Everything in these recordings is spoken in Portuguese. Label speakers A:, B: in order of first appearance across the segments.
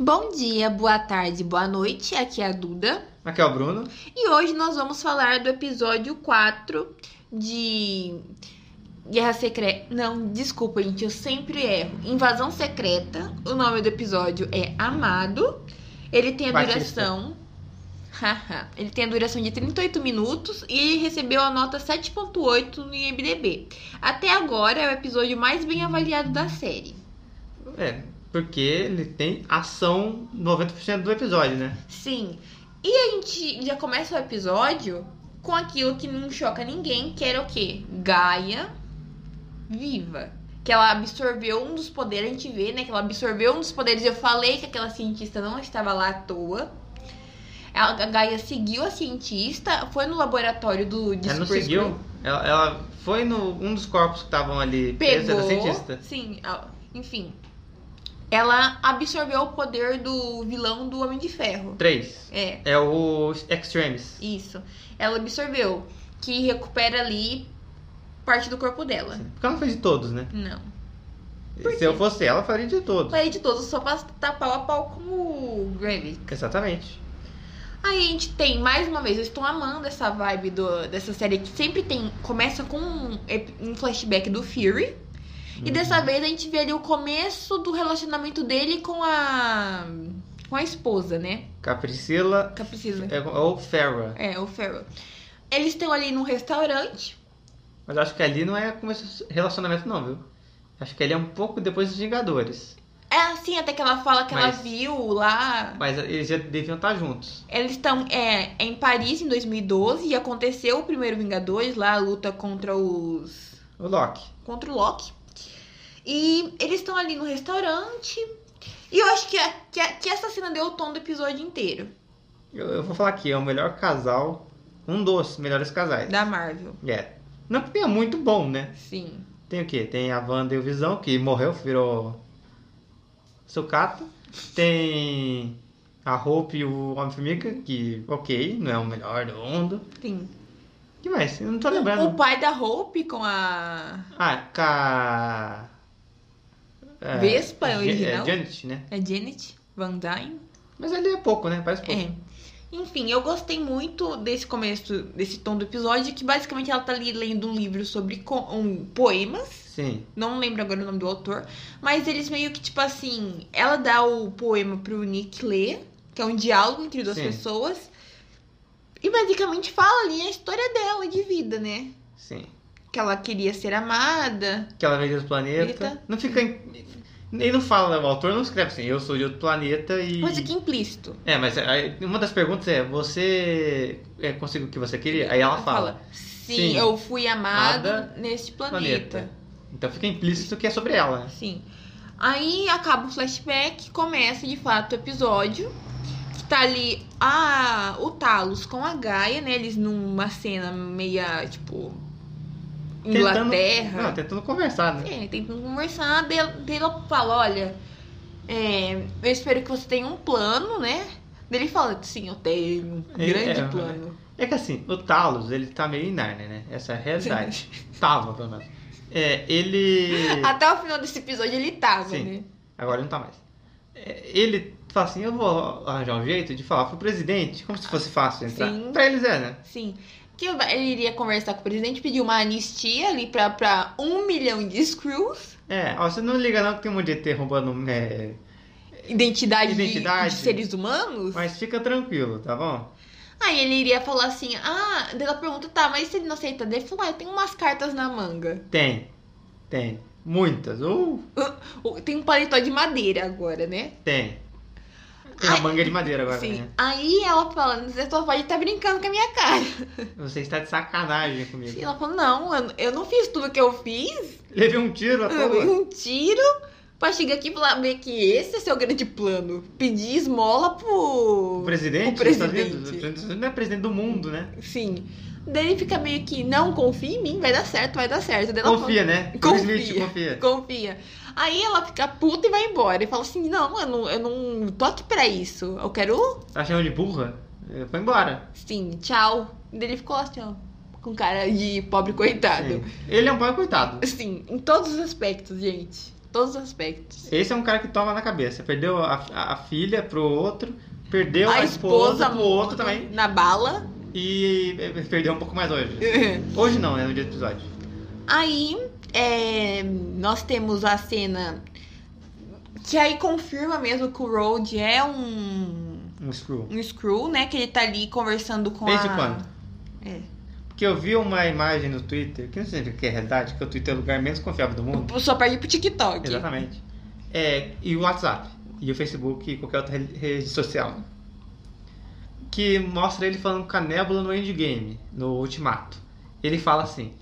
A: Bom dia, boa tarde, boa noite. Aqui é a Duda.
B: Aqui é o Bruno.
A: E hoje nós vamos falar do episódio 4 de Guerra Secreta. Não, desculpa, gente, eu sempre erro. Invasão Secreta. O nome do episódio é Amado. Ele tem a
B: Batista.
A: duração. Haha. ele tem a duração de 38 minutos e ele recebeu a nota 7.8 no IMDb. Até agora é o episódio mais bem avaliado da série.
B: É, porque ele tem ação 90% do episódio, né?
A: Sim. E a gente já começa o episódio com aquilo que não choca ninguém, que era o quê? Gaia viva. Que ela absorveu um dos poderes, a gente vê, né? Que ela absorveu um dos poderes. Eu falei que aquela cientista não estava lá à toa. Ela- A Gaia seguiu a cientista, foi no laboratório do
B: Ela não
A: Discovery.
B: seguiu. Ela, ela foi no um dos corpos que estavam ali presos,
A: Pegou.
B: era é cientista.
A: Sim, a- enfim. Ela absorveu o poder do vilão do Homem de Ferro.
B: Três.
A: É.
B: É o Extremes.
A: Isso. Ela absorveu que recupera ali parte do corpo dela.
B: Porque ela não fez de todos, né?
A: Não. Por
B: Se
A: quê?
B: eu fosse ela, eu faria de todos.
A: Falei de todos, só pra tapar pau a pau com o Gravy.
B: Exatamente.
A: Aí a gente tem, mais uma vez, eu estou amando essa vibe do, dessa série que sempre tem. Começa com um, ep- um flashback do Fury. E dessa vez a gente vê ali o começo do relacionamento dele com a. com a esposa, né?
B: Capricila
A: Que precisa.
B: é, ou Farrah.
A: É, o Ferro. Eles estão ali num restaurante.
B: Mas eu acho que ali não é começo relacionamento, não, viu? Acho que ali é um pouco depois dos Vingadores.
A: É assim, até que ela fala que ela
B: Mas-
A: viu lá.
B: Mas eles já deviam estar juntos.
A: Eles estão é, em Paris em 2012 e aconteceu o primeiro Vingadores lá, a luta contra os.
B: O Loki.
A: contra o Loki. E eles estão ali no restaurante. E eu acho que, a- que, a- que essa cena deu o tom do episódio inteiro
B: Eu, eu vou falar aqui, é o melhor casal, um dos melhores casais.
A: da Marvel.
B: É. Não porque é muito bom, né?
A: Sim.
B: Tem o quê? Tem a Wanda e o Visão, que morreu, virou sucata. Tem a Hope e o Homem-Formiga, que, ok, não é o melhor do mundo.
A: Sim.
B: O que mais? Eu não tô
A: O
B: lembrando.
A: pai da Hope com a.
B: Ah, ca... É,
A: Vespa, é
B: Jan-
A: original?
B: É, Janet, né?
A: a Janet Van Dyne.
B: Mas ali é pouco, né? Parece pouco.
A: É. Enfim, eu gostei muito desse começo, desse tom do episódio, que basicamente ela tá ali lendo um livro sobre co- um, poemas.
B: Sim.
A: Não lembro agora o nome do autor. Mas eles meio que, tipo assim, ela dá o poema pro Nick ler, que é um diálogo entre duas
B: Sim.
A: pessoas. E basicamente fala ali a história dela de vida, né?
B: Sim.
A: Que ela queria ser amada.
B: que ela veio de outro planeta.
A: Eita.
B: Não fica. Ele não fala, o autor não escreve assim, eu sou de outro planeta e.
A: Mas aqui é implícito.
B: É, mas aí, uma das perguntas é, você é, conseguiu o que você queria? Aí ela fala,
A: Sim,
B: Sim.
A: eu fui amada
B: Amada
A: neste
B: planeta.
A: planeta.
B: Então fica implícito que é sobre ela. né?
A: Sim. Aí acaba o flashback, começa de fato o episódio. Que tá ali a, o Talos com a Gaia, né? Eles numa cena meia, tipo. Inglaterra.
B: Tentando, Ah, não, tentando conversar, né?
A: É, tentando conversar. Daí ela- daí ela fala: olha, é, eu espero que você tenha um plano, né? Daí Ele fala: sim, eu tenho um
B: Ele-
A: grande
B: é,
A: plano.
B: É que assim, o Talos, ele tá meio em Narnia, né? Essa é a realidade. Tava, pelo menos. É, ele.
A: Até o final desse episódio ele tava,
B: Sim.
A: né?
B: Agora ele não tá mais. É, Ele fala assim, eu vou arranjar um jeito de falar pro presidente, como se fosse fácil entrar.
A: Sim.
B: Pra eles é, né?
A: Sim. Que ele iria conversar com o presidente, pedir uma anistia ali pra, pra um milhão de screws,
B: É, ó, você não liga não que tem um monte de ET roubando. é,
A: identidade, de-
B: Identidade.
A: De, seres humanos.
B: mas fica tranquilo, tá bom?
A: Aí ele iria falar assim: ah, daí ela pergunta, tá, mas se ele não aceita, dele falar, ah, eu tenho umas cartas na manga.
B: Tem. Tem. Muitas. Uh,
A: Ou Tem um paletó de madeira agora, né?
B: tem. Tem a
A: Ai,
B: manga de madeira agora,
A: Sim.
B: né?
A: Aí ela fala, você só pode estar tá brincando com a minha cara.
B: Você está de sacanagem comigo.
A: E ela fala, não, eu, eu não fiz tudo que eu fiz,
B: Levei um tiro à
A: eu dei
B: toa.
A: um tiro pra chegar aqui e falar meio que esse é seu grande plano. Pedir esmola pro.
B: O
A: O
B: presidente, dos Estados Unidos,
A: presidente.
B: o presidente dos Estados Unidos não é presidente do mundo, né?
A: Sim. Daí ele fica meio que, não, confia em mim, vai dar certo, vai dar certo. Daí ela
B: Confia, né? Will
A: Confia.
B: Smith, confia.
A: fala, confia. Aí ela fica puta e vai embora. E fala assim, não, eu não, eu não tô aqui pra isso. Eu quero,
B: Tá chamando de burra? Eh, Foi embora.
A: sim, tchau. Daí ele ficou assim, ó, com cara de pobre coitado.
B: Sim. Ele é um pai coitado.
A: Assim, em todos os aspectos, gente. todos os aspectos.
B: Esse é um cara que toma na cabeça. Perdeu a, a- a filha pro outro, perdeu a,
A: a esposa
B: pro outro também
A: na bala.
B: e eh, perdeu um pouco mais hoje. Hoje não, né? No dia do episódio.
A: Aí é, nós temos a cena que aí confirma mesmo que o Road é um,
B: Um screw.
A: um Screw, né? Que ele tá ali conversando com
B: Desde
A: a.
B: quando?
A: É.
B: Porque eu vi uma imagem no Twitter, que não sei o que é realidade, que o Twitter é o lugar menos confiável do mundo.
A: Só perde pro TikTok.
B: Exatamente. É, e o WhatsApp, e o Facebook, e qualquer outra re- rede social. Que mostra ele falando com a Nebula no Endgame, no Ultimato. Ele fala assim: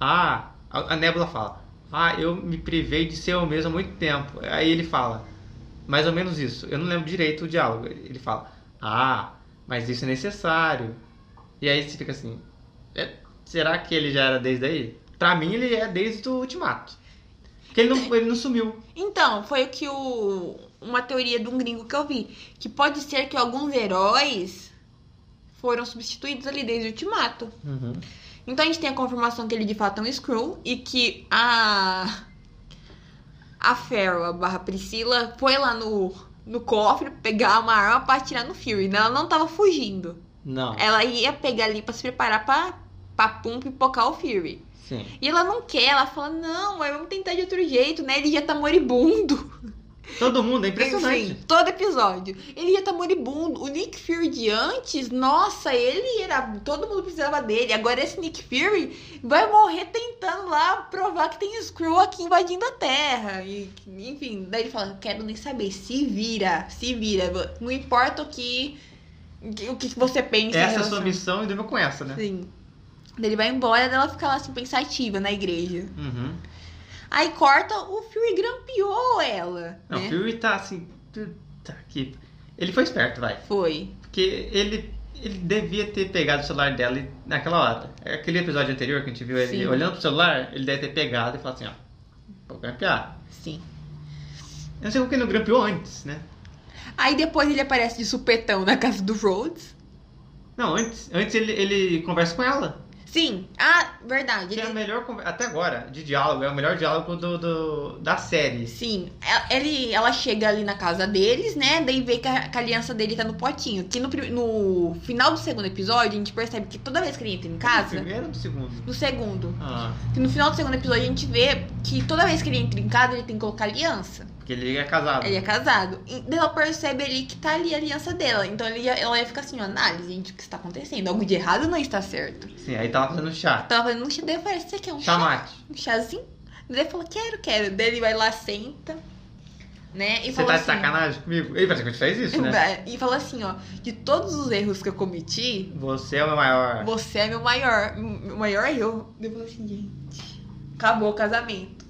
B: Ah, a a Nebula fala, Ah, eu me privei de ser eu mesmo há muito tempo. Aí ele fala, mais ou menos isso. Eu não lembro direito o diálogo. Ele fala, Ah, mas isso é necessário. E aí você fica assim: "É, Será que ele já era desde aí? Pra mim, ele é desde o Ultimato. Porque ele não, ele não sumiu.
A: Então, foi o que o. Uma teoria de um gringo que eu vi. Que pode ser que alguns heróis foram substituídos ali desde o ultimato.
B: Uhum.
A: Então a gente tem a confirmação que ele de fato é um Skrull e que a. A Pharaoh, a barra Priscila, foi lá no, no cofre pegar uma arma pra atirar no Fury. Né? Ela não tava fugindo.
B: Não.
A: Ela ia pegar ali pra se preparar pra, pra pum pipocar o Fury.
B: Sim.
A: E ela não quer, ela fala: não, mas vamos tentar de outro jeito, né? Ele já tá moribundo.
B: Todo mundo é impressionante.
A: Enfim, todo episódio. Ele já tá moribundo. O Nick Fury de antes, nossa, ele era. Todo mundo precisava dele. Agora esse Nick Fury vai morrer tentando lá provar que tem Skrull aqui invadindo a Terra. E, enfim, daí ele fala: quero nem saber. Se vira, se vira. Não importa o que. O que você pensa. em
B: Essa é a
A: relação-
B: sua missão e durma com essa, né?
A: Sim. Daí ele vai embora, daí ela fica lá assim, pensativa na igreja.
B: Uhum.
A: Aí corta, o Fury grampeou ela.
B: Não,
A: né?
B: o Fury tá assim. Puta que. Ele foi esperto, vai.
A: Foi.
B: Porque ele, ele devia ter pegado o celular dela e- naquela hora. Aquele episódio anterior que a gente viu ele
A: Sim.
B: olhando pro celular, ele deve ter pegado e falado assim: ó, vou grampear.
A: Sim.
B: Eu não sei por que ele não grampeou antes, né?
A: Aí depois ele aparece de supetão na casa do Rhodes.
B: Não, antes, antes ele, ele conversa com ela.
A: Sim. Ah, verdade.
B: Que é a
A: Ele...
B: melhor conver- até agora, de diálogo, é o melhor diálogo do, do- da série.
A: Sim. Ela- Ele, ela chega ali na casa deles, né? Daí vê que a, que a aliança dele tá no potinho. Que no, prim- no final do segundo episódio, a gente percebe que toda vez que ele entra em casa.
B: Primeiro ou do segundo?
A: No segundo.
B: Ah,
A: Que no final do segundo episódio a gente vê que toda vez que ele entra em casa, ele tem que colocar aliança.
B: porque ele é casado.
A: Ele é casado. E daí ela percebe ali que tá ali a aliança dela. Então ele ia- ela ia ficar assim, ó, análise, gente, o que está acontecendo? Algo de errado não está certo.
B: Sim, aí tava fazendo chá.
A: Tava fazendo um chá, daí eu falei, você quer um
B: Tá
A: chá?
B: Chamate.
A: um chazinho. Daí ele falou, quero, quero. Daí ele vai lá, senta, né? E
B: Você
A: fala
B: tá de
A: assim,
B: sacanagem comigo? Ei, parece que a gente fez isso, né?
A: E fala assim, ó, de todos os erros que eu cometi,
B: Você é o meu maior.
A: você é meu maior, meu maior erro. Daí eu falo assim, gente, acabou o casamento.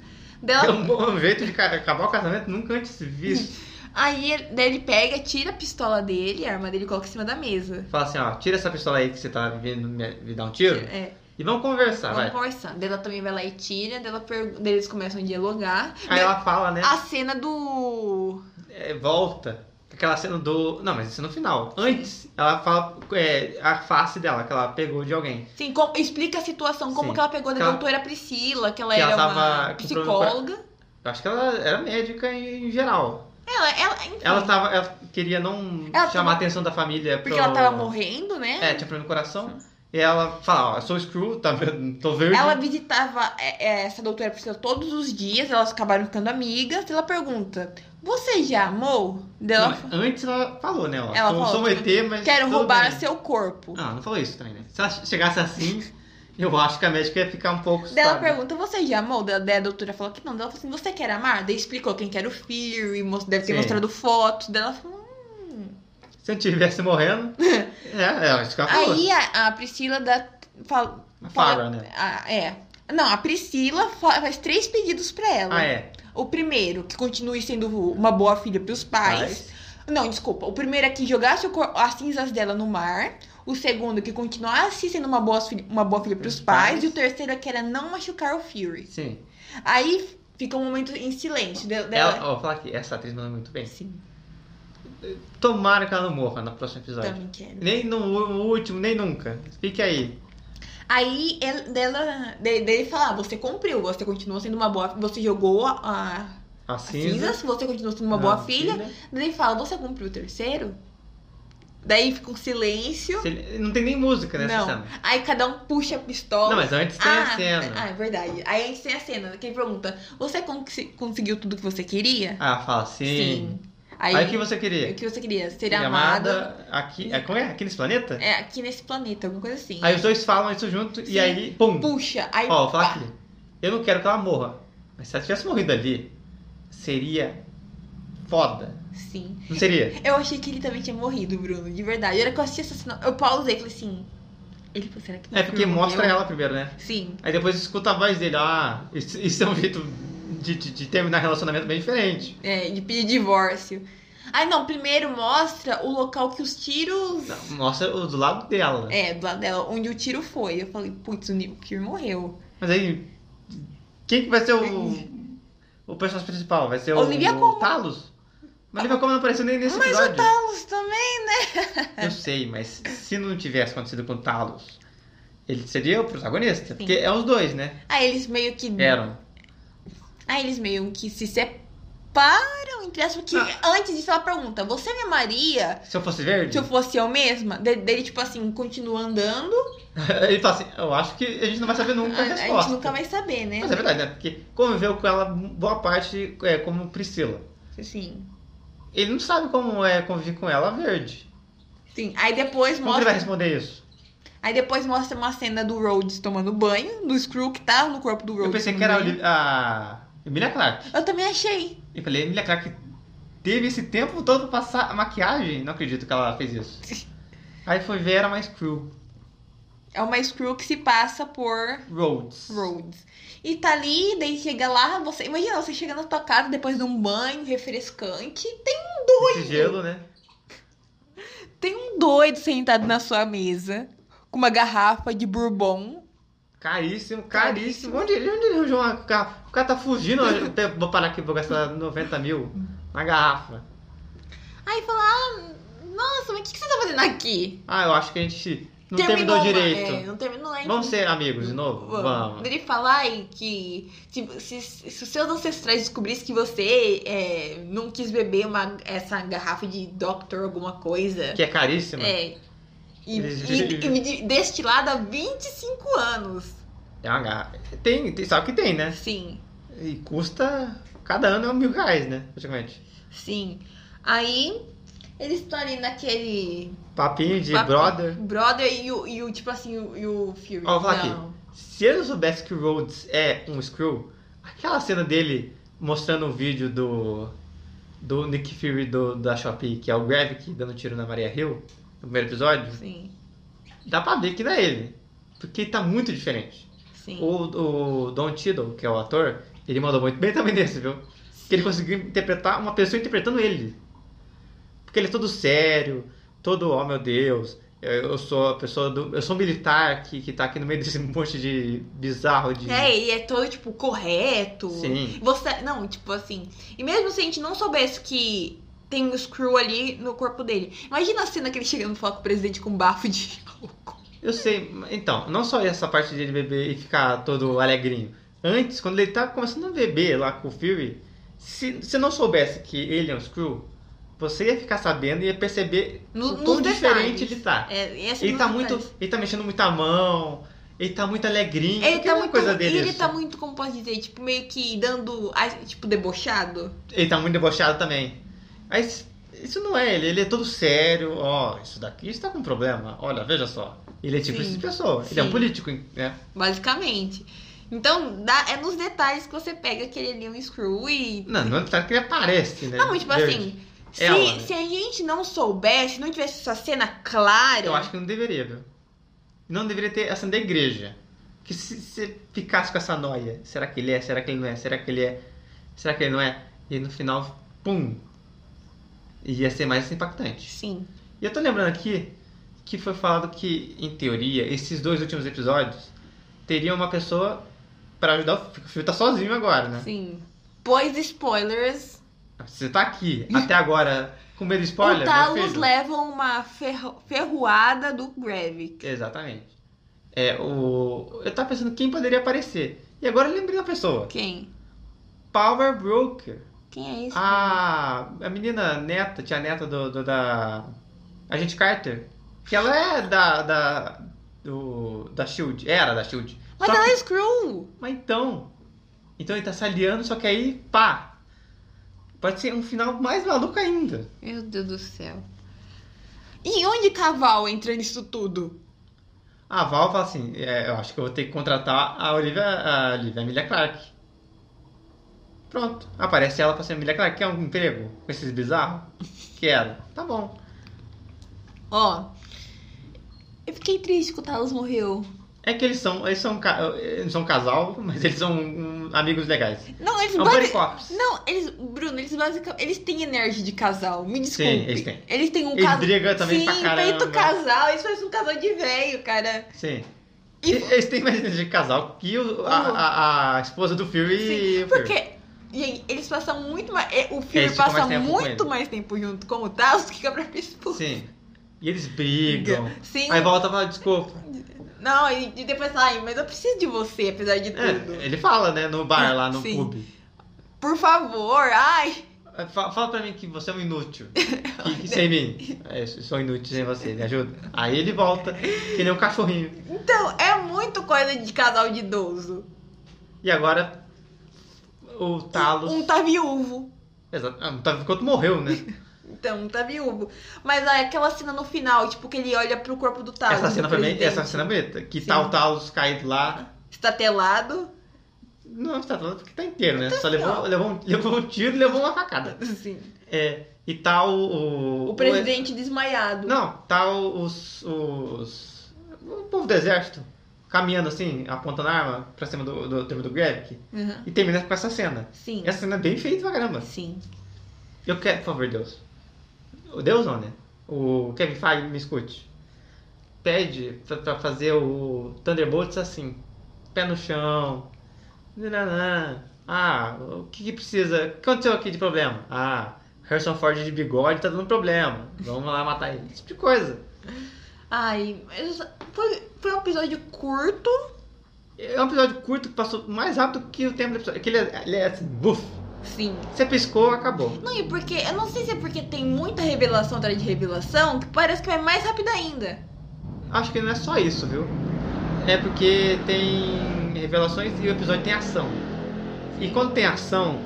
A: Daí
B: É
A: ela-
B: um bom jeito de ca- acabar o casamento nunca antes visto.
A: aí ele- daí ele pega, tira a pistola dele, a arma dele e coloca em cima da mesa.
B: Fala assim, ó, tira essa pistola aí que você tá vindo me, me dar um tiro
A: É,
B: e vamos conversar,
A: vamos
B: Tá, vai.
A: conversando. Daí ela também vai lá e tira, daí, ela pergu- daí eles começam a dialogar.
B: Aí ela fala, né,
A: A cena do
B: é, volta, aquela cena do... Não, mas isso é no final. Antes, ela fala é, a face dela, que ela pegou de alguém.
A: Sim, com- explica a situação, como
B: Sim.
A: que ela pegou da
B: Que ela-
A: doutora Priscila, que ela
B: que
A: era
B: ela
A: uma
B: tava com problema no
A: psicóloga.
B: Eu acho que ela era médica em geral.
A: Ela, ela, enfim,
B: Ela tava, ela queria não
A: Ela
B: chamar
A: tava-
B: a atenção da família
A: porque
B: pro-
A: ela tava morrendo, né?
B: É, tinha problema no coração. E ela fala, ó, eu sou screw, tá vendo? Tô verde.
A: Ela visitava é, é, essa doutora Priscila todos os dias, elas acabaram ficando amigas. Ela pergunta: Você já amou? Daí
B: Não,
A: Ela,
B: mas antes ela falou, né? Ó,
A: Ela
B: sou,
A: falou,
B: sou um ET, mas.
A: Quero
B: tudo
A: roubar
B: bem.
A: seu corpo.
B: Não, não falou isso também, né? Se ela chegasse assim, eu acho que a médica ia ficar um pouco.
A: Daí ela
B: assustada.
A: pergunta, você já amou? Daí daí a doutora falou que não. Daí ela falou assim, você quer amar? Daí explicou quem que era o Fury, mos- deve ter
B: Sim.
A: mostrado fotos. Daí ela falou,
B: Se eu estivesse morrendo. é, é, acho que ela falou.
A: Aí a, a Priscila dá, fala,
B: A
A: fala-
B: Farrah, né?
A: a- é. Não, a Priscila fa- faz três pedidos pra ela.
B: Ah, é.
A: O primeiro, que continue sendo uma boa filha pros pais. Não, desculpa. O primeiro é que jogasse o cor- as cinzas dela no mar. O segundo, que continuasse sendo uma boa, filha- uma boa filha pros
B: Pros
A: pais.
B: pais.
A: E o terceiro é que era não machucar o Fury.
B: Sim.
A: Aí fica um momento em silêncio de-
B: Ela,
A: dela.
B: ó, vou falar aqui, essa atriz manda muito bem.
A: Sim,
B: Tomara que ela não morra no próximo episódio.
A: também quero.
B: Nem no u- último, nem nunca. Fique aí.
A: Aí "Ah, ele, dela, de- dele falar, você cumpriu, você continua sendo uma boa. Você jogou a- a
B: A
A: as
B: As
A: cinzas,
B: cinzas.
A: você continua sendo Assim, uma
B: Ah,
A: boa filha. Daí ele fala, você cumpriu o terceiro? Daí fica um silêncio.
B: Se ele- Não tem nem música nessa
A: Não.
B: cena.
A: Aí cada um puxa a pistola.
B: Não, mas antes tem a cena.
A: Ah, é verdade. Aí a gente tem a cena que ele pergunta: Você con- conseguiu tudo que você queria?
B: Ah, fala assim.
A: Aí,
B: Aí, o que você queria?
A: o que você queria? Ser
B: Ser
A: amada.
B: Aqui, é, como é? Aqui nesse planeta?
A: É aqui nesse planeta, alguma coisa assim.
B: Aí os dois falam isso junto
A: Sim.
B: e aí, pum.
A: Puxa, aí.
B: Ó,
A: pá.
B: vou falar aqui. Eu não quero que ela morra. Mas se ela tivesse morrido ali, seria foda.
A: Sim.
B: Não seria?
A: Eu achei que ele também tinha morrido, Bruno, de verdade. Eu era que eu assisti essa cena, eu pausei e falei assim. Ele falou, será que
B: É porque
A: morreu?
B: mostra ela primeiro, né?
A: Sim.
B: Aí depois escuta a voz dele. Ah, isso, isso é um jeito de, de- de terminar relacionamento bem diferente.
A: É, de pedir divórcio. Ai, não, primeiro mostra o local que os tiros.
B: Mostra o do lado dela.
A: É, do lado dela, onde o tiro foi. Eu falei, putz, o Nico Kier morreu.
B: Mas aí, quem que vai ser o, o personagem principal? Vai ser o,
A: Olivia Colman.
B: o Talos? Mas Olivia Colman não apareceu nem nesse
A: Mas o
B: episódio.
A: Talos também.
B: Eu sei, mas se não tivesse acontecido com o Talos, ele seria o protagonista. Porque é os dois, né?
A: Aí eles meio que.
B: Eram.
A: Aí eles meio que se separam, entre aspas, porque
B: Ah.
A: antes disso ela pergunta, você me amaria
B: Se eu fosse verde,
A: se eu fosse eu mesma? Da- Daí ele, tipo assim, continua andando,
B: ele fala assim, eu acho que a gente não vai saber nunca a
A: a, a
B: resposta.
A: gente nunca vai saber, né?
B: Mas é verdade, né? Porque conviveu com ela boa parte é, como Priscila.
A: Assim,
B: Ele não sabe como é conviver com ela verde.
A: sim. Aí depois
B: Como que ele
A: mostra.
B: vai responder isso?
A: Aí depois mostra uma cena do Rhodes tomando banho, do Screw que tá no corpo do Rhodes.
B: Eu pensei que
A: tomando
B: era a
A: banho.
B: Oli- a Emilia Clarke.
A: Eu também achei.
B: Eu falei, Emilia Clarke teve esse tempo todo pra passar a maquiagem? Não acredito que ela fez isso. Aí foi ver, era mais cruel.
A: É uma Screw que se passa por
B: Rhodes.
A: Rhodes. E tá ali, daí chega lá, você. Imagina, você chega na tua casa depois de um banho refrescante, tem um
B: Esse
A: doido.
B: gelo, né?
A: Tem um doido sentado na sua mesa com uma garrafa de bourbon.
B: Caríssimo,
A: Caríssimo.
B: caríssimo. Onde, ele- onde ele arranjou uma garrafa? O cara tá fugindo. eu até vou parar aqui, vou gastar 90 mil na garrafa.
A: Aí fala: ah, nossa, mas o que, que você tá fazendo aqui?
B: Ah, eu acho que a gente não terminou,
A: uma-
B: direito.
A: É, não terminou ainda.
B: Vamos ser amigos de novo? Vamos.
A: Ele fala ai, que se, se- se os seus ancestrais descobrissem que você é, não quis beber uma, essa garrafa de Doctor alguma coisa.
B: Que é caríssima. É,
A: É. E, e, e me de- destilada há 25 anos.
B: É uma garrafa. Tem, tem, sabe que tem, né?
A: Sim,
B: E custa. Cada ano é mil reais, né? Praticamente.
A: sim. Aí eles estão ali naquele.
B: Papinho de
A: papo-
B: brother.
A: Brother e o, e o tipo assim, o, e o Fury.
B: Ó, vou falar
A: Não.
B: Se eu soubesse que o Rhodes é um Skrull, aquela cena dele mostrando o vídeo do do Nick Fury do, da Shopee, que é o Gravik dando tiro na Maria Hill, no primeiro episódio,
A: Sim,
B: dá pra ver que não é ele. Porque tá muito diferente.
A: sim.
B: O, o Don Tiddle, que é o ator, ele mandou muito bem também nesse, viu? Porque ele conseguiu interpretar uma pessoa interpretando ele. Porque ele é todo sério, todo, oh meu Deus, eu, eu sou a pessoa do. Eu sou um militar que, que tá aqui no meio desse monte de bizarro de.
A: É, ele é todo, tipo, correto.
B: Sim.
A: Você. Não, tipo assim. E mesmo se a gente não soubesse que tem um screw ali no corpo dele. Imagina a cena que ele chegando e falar com o presidente com um bafo de álcool.
B: Eu sei, então, não só essa parte dele beber e ficar todo alegrinho. Antes, quando ele tá começando a beber lá com o Fury, se você não soubesse que ele é um Skrull, você ia ficar sabendo e ia perceber
A: No-
B: o
A: nos
B: quão
A: detalhes.
B: diferente ele tá.
A: É, e essa
B: Ele
A: não
B: tá
A: faz.
B: muito. Ele tá mexendo muita mão, ele tá muito alegrinho.
A: Ele
B: que
A: tá
B: é uma
A: muito.
B: coisa dele.
A: ele
B: isso.
A: tá muito, como posso dizer, tipo, meio que dando. a- Tipo, debochado.
B: Ele tá muito debochado também. Mas isso não é ele, ele é todo sério. Ó, isso daqui está com problema. Olha, veja só. Ele é tipo
A: Sim.
B: essa pessoa. Ele é
A: Sim.
B: um político, né?
A: Basicamente. Então, dá- é nos detalhes que você pega que ele é um screw e
B: Não, não é que ele aparece, né?
A: Não, mas, tipo
B: Verde.
A: assim, se,
B: Ela, né?
A: se a gente não soubesse, não tivesse essa cena clara.
B: Eu acho que não deveria, viu? Não deveria ter essa da igreja. Que se você ficasse com essa noia, será que ele é? Será que ele não é? Será que ele é? Será que ele não é? E no final, pum! Ia ser mais impactante.
A: Sim,
B: E eu tô lembrando aqui que foi falado que, em teoria, esses dois últimos episódios teriam uma pessoa pra ajudar o filho. O filho tá sozinho agora, né?
A: sim. Pois spoilers,
B: Você tá aqui até agora com medo de
A: o
B: spoiler? meu
A: Talos
B: filho?
A: leva uma ferro- ferroada do Gravik.
B: Exatamente. É, o... Eu tava pensando quem poderia aparecer. E agora eu lembrei da pessoa.
A: Quem?
B: Power Broker.
A: Quem é esse?
B: Ah, A, a menina neta, tia neta do, do- da Agente Carter, que ela é da da do, da Shield, era da Shield.
A: Mas
B: Só
A: ela
B: que-
A: é Screw!
B: mas então, então ele tá se aliando, só que aí pá, pode ser um final mais maluco ainda.
A: Meu Deus do céu. E onde Caval entra nisso tudo?
B: A Val fala assim, é, eu acho que eu vou ter que contratar a Olivia, a Olivia Emilia Clarke. Pronto, aparece ela pra ser Emilia Clarke, quer um emprego com esses bizarros? Quero. Tá bom.
A: Ó. Eu fiquei triste que o Talos morreu.
B: É que eles são, eles são, ca- eles não são um casal, mas eles são hum, amigos legais.
A: Não, eles
B: É um
A: base-
B: buddy cops.
A: Não, eles. Bruno, eles basicamente. Eles têm energia de casal. Me desculpe.
B: eles têm.
A: Eles têm um
B: Eles
A: casal.
B: brigam também
A: Sim,
B: pra caramba.
A: feito casal. Eles parecem um casal de velho, cara.
B: Sim.
A: E- Uhum.
B: Eles têm mais energia de casal que o- a, a- a esposa do Phil e
A: Sim,
B: o Phil.
A: porque. Gente, eles passam muito mais. é, O filho
B: Eles ficam
A: passa
B: mais tempo com
A: muito
B: ele.
A: mais tempo junto com o Talos do que com a própria esposa.
B: Sim. E eles brigam.
A: Sim.
B: Aí volta e fala, desculpa.
A: Não, e, e depois fala, "Ai, mas eu preciso de você, apesar de tudo.
B: É, ele fala, né, no bar lá, no
A: Sim.
B: clube.
A: Por favor, ai.
B: É, Fa- Fala pra mim que você é um inútil. Que, que sem mim. É, eu sou inútil sem você, me ajuda. Aí ele volta, que nem um cachorrinho.
A: Então, é muito coisa de casal de idoso.
B: E agora o Talos.
A: Um tá viúvo.
B: Exato. Ah, tá- Enquanto morreu, né?
A: Então, um tá viúvo. Mas aí, aquela cena no final, tipo, que ele olha pro corpo do Talos.
B: essa cena
A: do
B: foi bem.
A: presidente,
B: Essa cena é bonita. Que
A: Sim.
B: tá o Talos caído lá.
A: Estatelado.
B: Não, tá todo porque tá inteiro, né? Só
A: ó.
B: levou, levou, um, levou um tiro e levou uma facada.
A: Sim.
B: É, e tá o. O,
A: O presidente desmaiado.
B: Não, tá o- os, os. O povo do exército caminhando assim, apontando a arma pra cima do, do, do, do Greg.
A: Uhum.
B: E termina com essa cena.
A: Sim.
B: Essa cena é bem feita pra caramba.
A: Sim.
B: Eu quero, por favor, Deus. O Deus não, né? O Kevin Feige me escute. Pede pra, pra fazer o Thunderbolts assim. Pé no chão. nananã. Ah, o que, que precisa? O que aconteceu aqui de problema? Ah, Harrison Ford de bigode tá dando problema. Vamos lá matar ele. Esse tipo de coisa.
A: Ai, mas foi, foi um episódio curto.
B: É um episódio curto que passou mais rápido que o tempo do episódio. Que ele, é- ele é assim, buf.
A: Sim.
B: Você piscou, acabou.
A: Não, e porque, eu não sei se é porque tem muita revelação atrás de revelação, que parece que vai mais rápido ainda.
B: Acho que não é só isso, viu? É porque tem revelações e o episódio tem ação. E quando tem ação,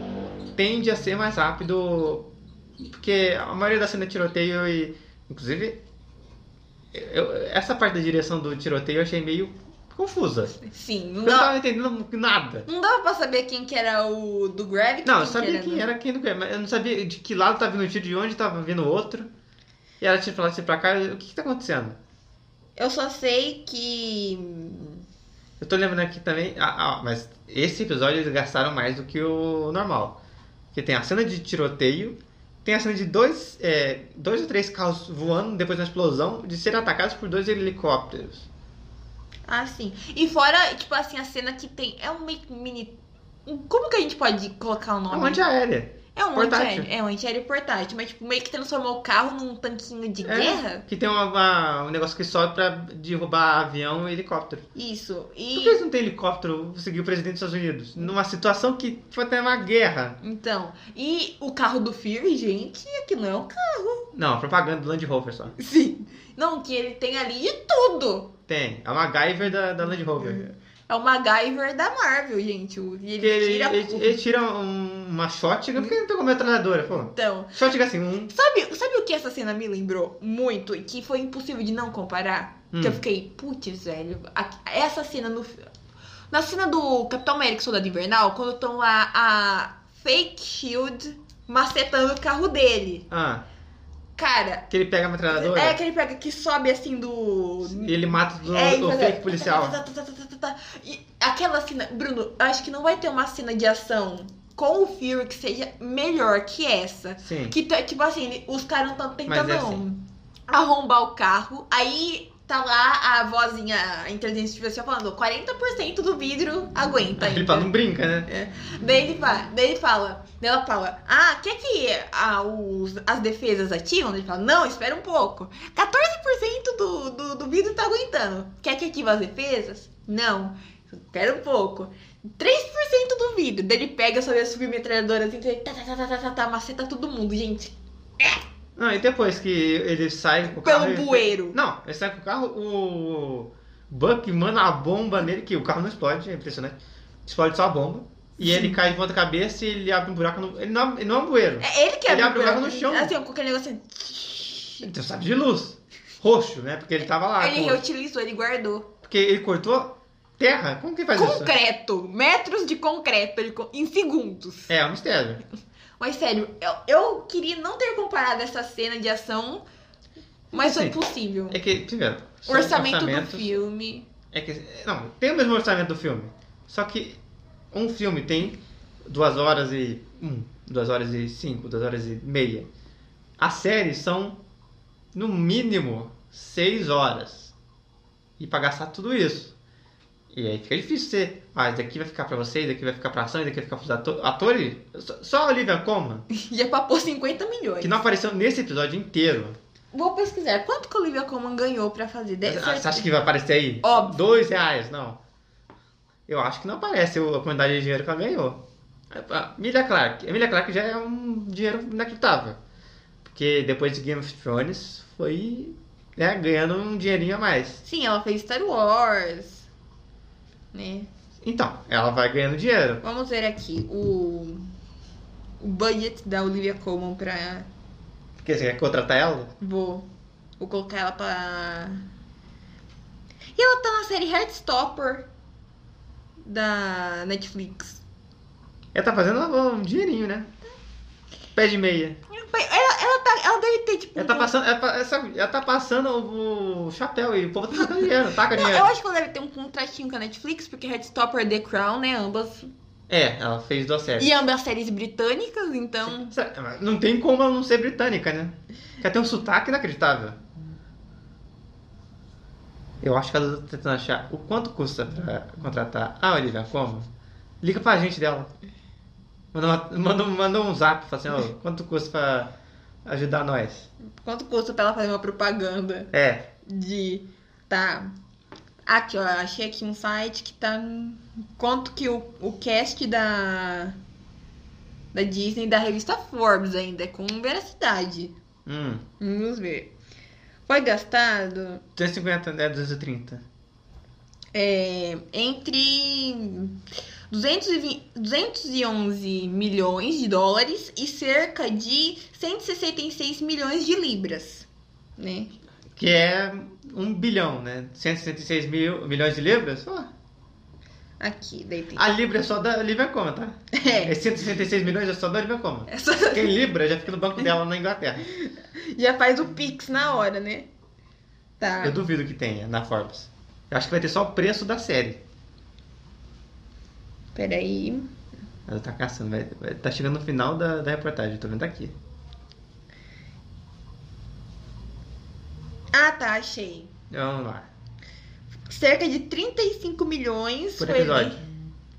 B: tende a ser mais rápido. Porque a maioria da cena é tiroteio e. Inclusive, eu- essa parte da direção do tiroteio eu achei meio confusa.
A: Sim, não
B: Eu não
A: dá,
B: tava entendendo nada.
A: não dava pra saber quem que era o do Gravity.
B: Não, eu
A: quem
B: sabia
A: que
B: quem era quem não era, mas eu não sabia de que lado tava vindo o tiro, de onde tava vindo o outro. E ela tinha falado assim pra cá, o que que tá acontecendo?
A: Eu só sei que...
B: Eu tô lembrando aqui também, ah, ah, mas esse episódio eles gastaram mais do que o normal. Porque tem a cena de tiroteio, tem a cena de dois, é, dois ou três carros voando depois de uma explosão, de serem atacados por dois helicópteros.
A: Ah, sim. E fora, tipo assim, a cena que tem... É um meio que mini... um- Como que a gente pode colocar o
B: É
A: nome?
B: uma de aérea,
A: É um
B: portátil.
A: antiaéreo. É um antiaéreo portátil. Mas, tipo, meio que transformou o carro num tanquinho de
B: É.
A: guerra.
B: que tem uma, uma- um negócio que sobe pra derrubar avião e helicóptero.
A: Isso.
B: Por
A: E...
B: que eles não têm helicóptero seguir o presidente dos Estados Unidos? Numa situação que foi até uma guerra.
A: Então, e o carro do Fury, gente, aqui não é um carro.
B: Não, propaganda do Land Rover só.
A: Sim. Não, que ele tem ali de tudo.
B: Tem, é uma MacGyver da, da Land Rover.
A: É o MacGyver da Marvel, gente. O- E ele,
B: Porque ele,
A: tira...
B: ele- ele tira um- uma shotgun, porque ele não pegou uma metralhadora, pô.
A: Então,
B: Shotgun assim, um.
A: Sabe, sabe o que essa cena me lembrou muito e que foi impossível de não comparar?
B: Hum.
A: Que eu fiquei, putz, velho, a- essa cena no. fi- Na cena do Capitão América e Soldado Invernal, quando estão lá a Fake Shield macetando o carro dele.
B: Ah,
A: Cara,
B: que ele pega a metralhadora
A: é aquele pega que sobe assim do.
B: e ele mata do,
A: é, e
B: o
A: faz-
B: fake policial.
A: tá, tá, tá, tá, tá, tá, tá. E aquela cena. Bruno, eu acho que não vai ter uma cena de ação com o Fury que seja melhor que essa.
B: Sim.
A: Que tá, tipo assim, ele- os caras estão tentando
B: Mas é assim.
A: arrombar o carro. Aí tá lá a vozinha, a inteligência artificial falando, 40% do vidro aguenta.
B: Ele
A: ainda."
B: fala, não brinca, né?
A: Daí ele fala, daí ele fala, daí ela fala, ah, quer que ah, os- as defesas ativam? Ele fala, não, espera um pouco. 14% do, do, do vidro tá aguentando. Quer que ative as defesas? Não, espera um pouco. 3% do vidro. Daí ele pega só vê a submetralhadora assim, tá, tá, tá, tá, tá, tá, tá, maceta todo mundo, gente.
B: Não, e depois que ele sai com o é carro.
A: Pelo
B: ele-
A: bueiro.
B: Não, ele sai com o carro, o Buck manda a bomba nele, que o carro não explode, é impressionante. Explode só a bomba. E ele cai de ponta cabeça e ele abre um buraco no. Ele não, ele não é um bueiro.
A: É ele que
B: Ele
A: abre,
B: abre o buraco no chão.
A: Assim, ó, com aquele negócio assim.
B: Ele sabe de luz. Roxo, né? Porque ele tava lá.
A: ele
B: com-
A: reutilizou, ele guardou.
B: Porque ele cortou terra. Como que ele faz isso?
A: Concreto. Metros de concreto ele co- em segundos.
B: É, é um mistério.
A: Mas sério, eu, eu queria não ter comparado essa cena de ação, mas
B: Assim,
A: foi possível.
B: É que, primeiro.
A: O
B: são
A: orçamento
B: orçamentos-
A: do filme.
B: É que. Não, tem o mesmo orçamento do filme. Só que um filme tem duas horas e. um, duas horas e cinco, duas horas e meia. As séries são, no mínimo, seis horas. E pra gastar tudo isso. E aí fica difícil ser. Ah, esse daqui vai ficar pra vocês, daqui vai ficar pra ação, esse daqui vai ficar pros ato- atores. Só- Só a Olivia Colman,
A: Já papou 50 milhões.
B: que não apareceu nesse episódio inteiro.
A: Vou pesquisar. Quanto que a Olivia Colman ganhou pra fazer? De...
B: Ah, Você acha que vai aparecer aí?
A: Óbvio.
B: Dois reais, não. Eu acho que não aparece o- a quantidade de dinheiro que ela ganhou. A Emilia Clark. A Emilia Clark já é um dinheiro inacreditável. Porque depois de Game of Thrones foi né, ganhando um dinheirinho a mais.
A: Sim, ela fez Star Wars. Né?
B: Então, ela vai ganhando dinheiro.
A: Vamos ver aqui o, o budget da Olivia Colman pra.
B: Porque você quer contratar ela?
A: Vou. Vou colocar ela pra. E ela tá na série Heartstopper da Netflix.
B: Ela tá fazendo um dinheirinho, né? Pé de meia.
A: Ela, ela, tá, ela deve ter, tipo.
B: Ela tá passando, ela, pa- sabe, ela tá passando o o chapéu e o povo tá tacando dinheiro, taca
A: Não, eu
B: dinheiro.
A: acho que ela deve ter um contratinho com a Netflix, porque Heartstopper e The Crown, né? Ambas.
B: É, ela fez duas séries.
A: E ambas séries britânicas, então.
B: Sabe, tá, mas Não tem como ela não ser britânica, né? Porque ela tem um sotaque inacreditável. Eu acho que ela tá tentando achar o quanto custa pra contratar a Olivia Como. Liga pra gente dela. Manda, uma- manda, um- manda um zap, fala assim, ó, quanto custa pra ajudar nós?
A: Quanto custa pra ela fazer uma propaganda
B: É,
A: de. Tá. Aqui, ó. Achei aqui um site que tá. Quanto que o, o cast da. Da Disney, da revista Forbes ainda, é com veracidade.
B: hum,
A: Vamos ver. Foi gastado
B: 250, né, 230.
A: é, entre 220, 211 milhões de dólares e cerca de 166 milhões de libras. Né?
B: Que é um bilhão, né? 166 mil, milhões de libras? Ó,
A: Aqui, daí tem.
B: a libra é só da Olivia Como, tá? É 166 milhões é só da Olivia Como.
A: Essa-
B: Quem Libra já fica no
A: É.
B: banco dela na Inglaterra.
A: já faz o Pix na hora, né? Tá.
B: Eu duvido que tenha na Forbes. Eu acho que vai ter só o preço da série.
A: Peraí.
B: Ela tá caçando, vai, vai- tá chegando no final da, da reportagem, tô vendo aqui.
A: Ah, tá, achei.
B: Vamos lá.
A: Cerca de 35 milhões
B: Por
A: foi-
B: episódio.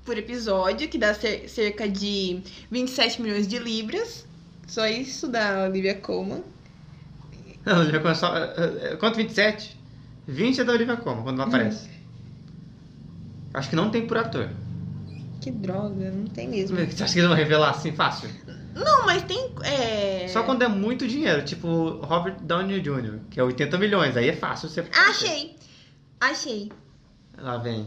A: por episódio, que dá cer- cerca de 27 milhões de libras. Só isso da Olivia Colman.
B: Não, Olivia Colman só. eh, eh, Quanto 27? 20 é da Olivia Colman, quando
A: Hum.
B: ela aparece. Acho que não tem por ator.
A: Que droga, não tem mesmo.
B: Você acha que eles vão revelar assim fácil?
A: Não, mas tem. É...
B: Só quando é muito dinheiro, tipo Robert Downey Jr., que é 80 milhões, aí é fácil você.
A: Ah, Achei! Achei.
B: Lá vem.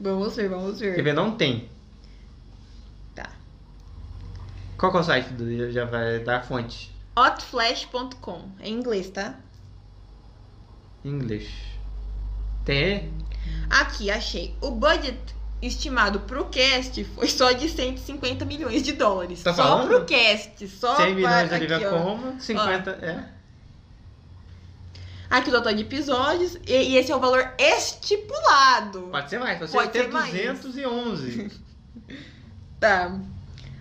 A: Vamos ver, vamos
B: Quer
A: ver.
B: ver? Não tem.
A: Tá.
B: Qual que é o site do. Já vai dar a fonte.
A: Hotflash.com. É em inglês, tá?
B: English. Tem E?
A: Aqui, achei. O budget estimado pro cast foi só de 150 milhões de dólares.
B: Tá
A: só
B: falando?
A: pro cast. Só
B: 100 milhões de
A: para...
B: Olivia
A: aqui, ó.
B: Como, 50. É.
A: Aqui o total de episódios. E, e esse é o valor estipulado.
B: Pode ser mais, pode,
A: Pode
B: ser
A: ser mais.
B: 211.
A: Tá.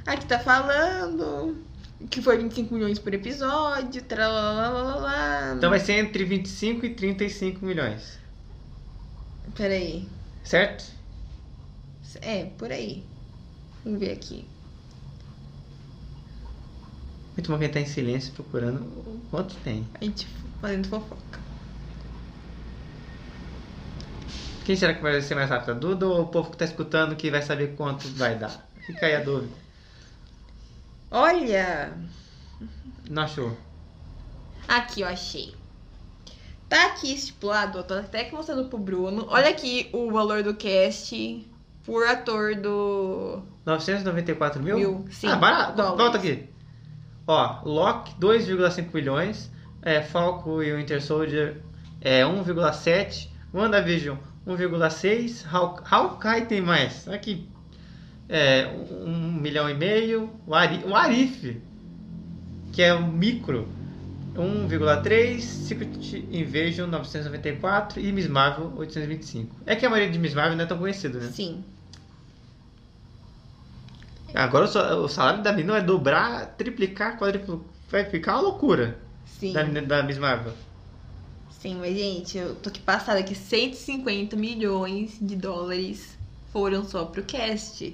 A: Aqui tá falando que foi 25 milhões por episódio. Tralalala.
B: então vai ser entre 25 e 35 milhões.
A: Peraí.
B: Certo?
A: É, por aí. Vamos ver aqui.
B: Muito bom que ele tá em silêncio procurando o quanto tem.
A: A gente fazendo fofoca.
B: Quem será que vai ser mais rápido? A Duda ou o povo que tá escutando que vai saber quanto vai dar? Fica aí a dúvida.
A: Olha,
B: Não achou?
A: aqui eu achei. Tá aqui estipulado, eu tô até que mostrando pro Bruno. Olha aqui o valor do cast por ator do
B: 994 mil?
A: Mil, sim.
B: Ah, barato.
A: Dólares.
B: Volta aqui. Ó, Loki, 2,5 milhões. É, Falco e o Winter Soldier, é, 1,7. WandaVision, 1,6. Haw- Hawkeye tem mais. Aqui, é, 1 milhão e meio. O, Ari, o Arif, que é o micro, 1,3. Secret Invasion, 994. E Miss Marvel, 825. É que a maioria de Miss Marvel não é tão conhecida, né?
A: Sim.
B: Agora o sa- o salário da menina vai dobrar, triplicar, quadruplicar. Vai ficar uma loucura
A: Sim.
B: da, menina- da Miss Marvel.
A: Sim, mas gente, eu tô aqui passada que 150 milhões de dólares foram só pro cast.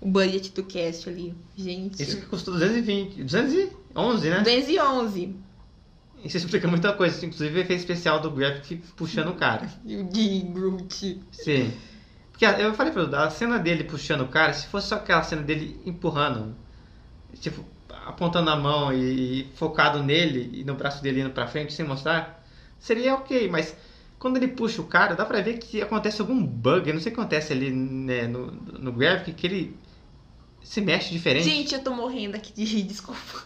A: O budget do cast ali. Gente.
B: Isso que custou 220, 211, né?
A: 211
B: Isso explica muita coisa, inclusive o efeito especial do Graphic puxando o cara.
A: de Groot.
B: Sim. Porque a- eu falei pra Duda, a cena dele puxando o cara, se fosse só aquela cena dele empurrando, tipo, apontando a mão e, e focado nele e no braço dele indo pra frente sem mostrar, seria ok, mas quando ele puxa o cara, dá pra ver que acontece algum bug, eu não sei o que acontece ali né, no, no graphic, que ele se mexe diferente.
A: Gente, eu tô morrendo aqui de rir, desculpa.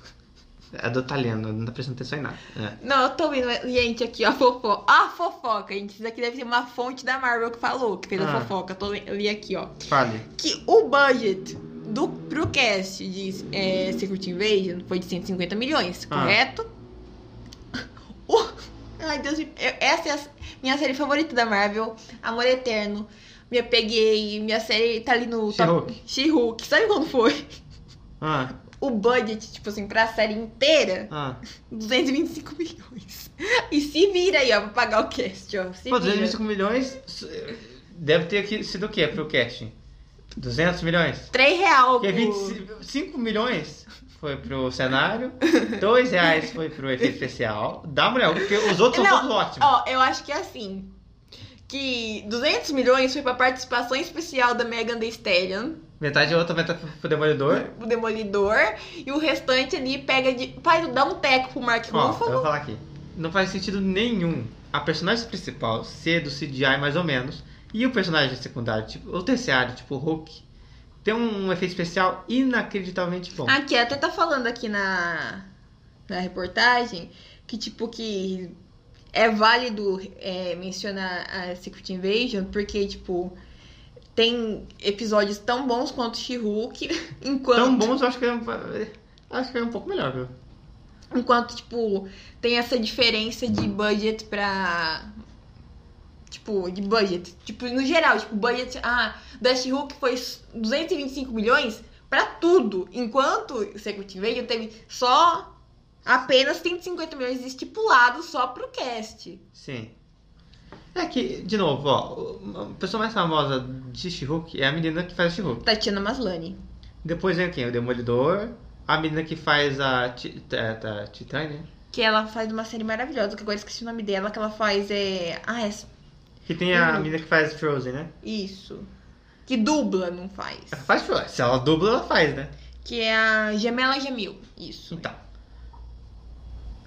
B: A Duda tá lendo, não tá prestando atenção em nada. né?
A: Não, eu tô vendo, mas, gente, aqui, ó, a fofoca. A fofoca, gente. Isso daqui deve ser uma fonte da Marvel que falou, que fez
B: Ah.
A: a fofoca. Eu tô le- eu li aqui, ó.
B: Fale.
A: que o budget do, pro cast de é, Secret Invasion foi de 150 milhões,
B: Ah.
A: correto? O- Ai, Deus, me- eu- essa é a minha série favorita da Marvel, Amor Eterno. Me apeguei, minha série tá ali no
B: She-Hulk.
A: She-Hulk. Sabe quando foi?
B: Ah,
A: O budget, tipo assim, pra série inteira,
B: ah.
A: 225 milhões. E se vira aí, ó, pra pagar o cast, ó. Se
B: Pô,
A: vira.
B: 225 milhões su- deve ter aqui sido o quê pro casting? 200 milhões?
A: 3 real
B: Porque
A: pro-
B: 25 milhões foi pro cenário, 2 reais foi pro efeito especial da mulher, porque os outros são
A: Não,
B: todos ótimos.
A: Ó, eu acho que é assim. Que 200 milhões foi pra participação especial da Megan Thee Stallion,
B: Metade é outra vai estar pro Demolidor.
A: o Demolidor, e o restante ali pega de. Faz, dá um teco pro Mark
B: Ó, eu vou
A: Ruffalo.
B: falar aqui. Não faz sentido nenhum a personagem principal ser do CGI mais ou menos, e o personagem secundário, tipo, ou terciário, tipo o Hulk, ter um efeito especial inacreditavelmente bom.
A: Aqui, até tá falando aqui na, na reportagem que, tipo, que é válido é, mencionar a Secret Invasion, porque, tipo, tem episódios tão bons quanto She-Hulk, enquanto.
B: Tão bons, eu acho que é, acho que é um pouco melhor, viu?
A: Enquanto, tipo, tem essa diferença de budget pra. Tipo, de budget. Tipo, no geral, tipo, budget. Ah, da She-Hulk foi 225 milhões pra tudo. Enquanto Secret Invasion teve só. Apenas 150 milhões estipulados só pro cast.
B: Sim. É que, de novo, ó, a pessoa mais famosa de She-Hulk é a menina que faz a She-Hulk.
A: Tatiana Maslany.
B: Depois vem quem? O Demolidor, a menina que faz a Ti- é, tá, Titânia,
A: Que ela faz uma série maravilhosa, que agora esqueci o nome dela, que ela faz é. Ah, é.
B: que tem a
A: Uhum.
B: menina que faz Frozen, né?
A: Isso. Que dubla, não faz.
B: Ela faz Frozen. Se ela dubla, ela faz, né?
A: Que é a Gemela Gemil. Isso.
B: Então.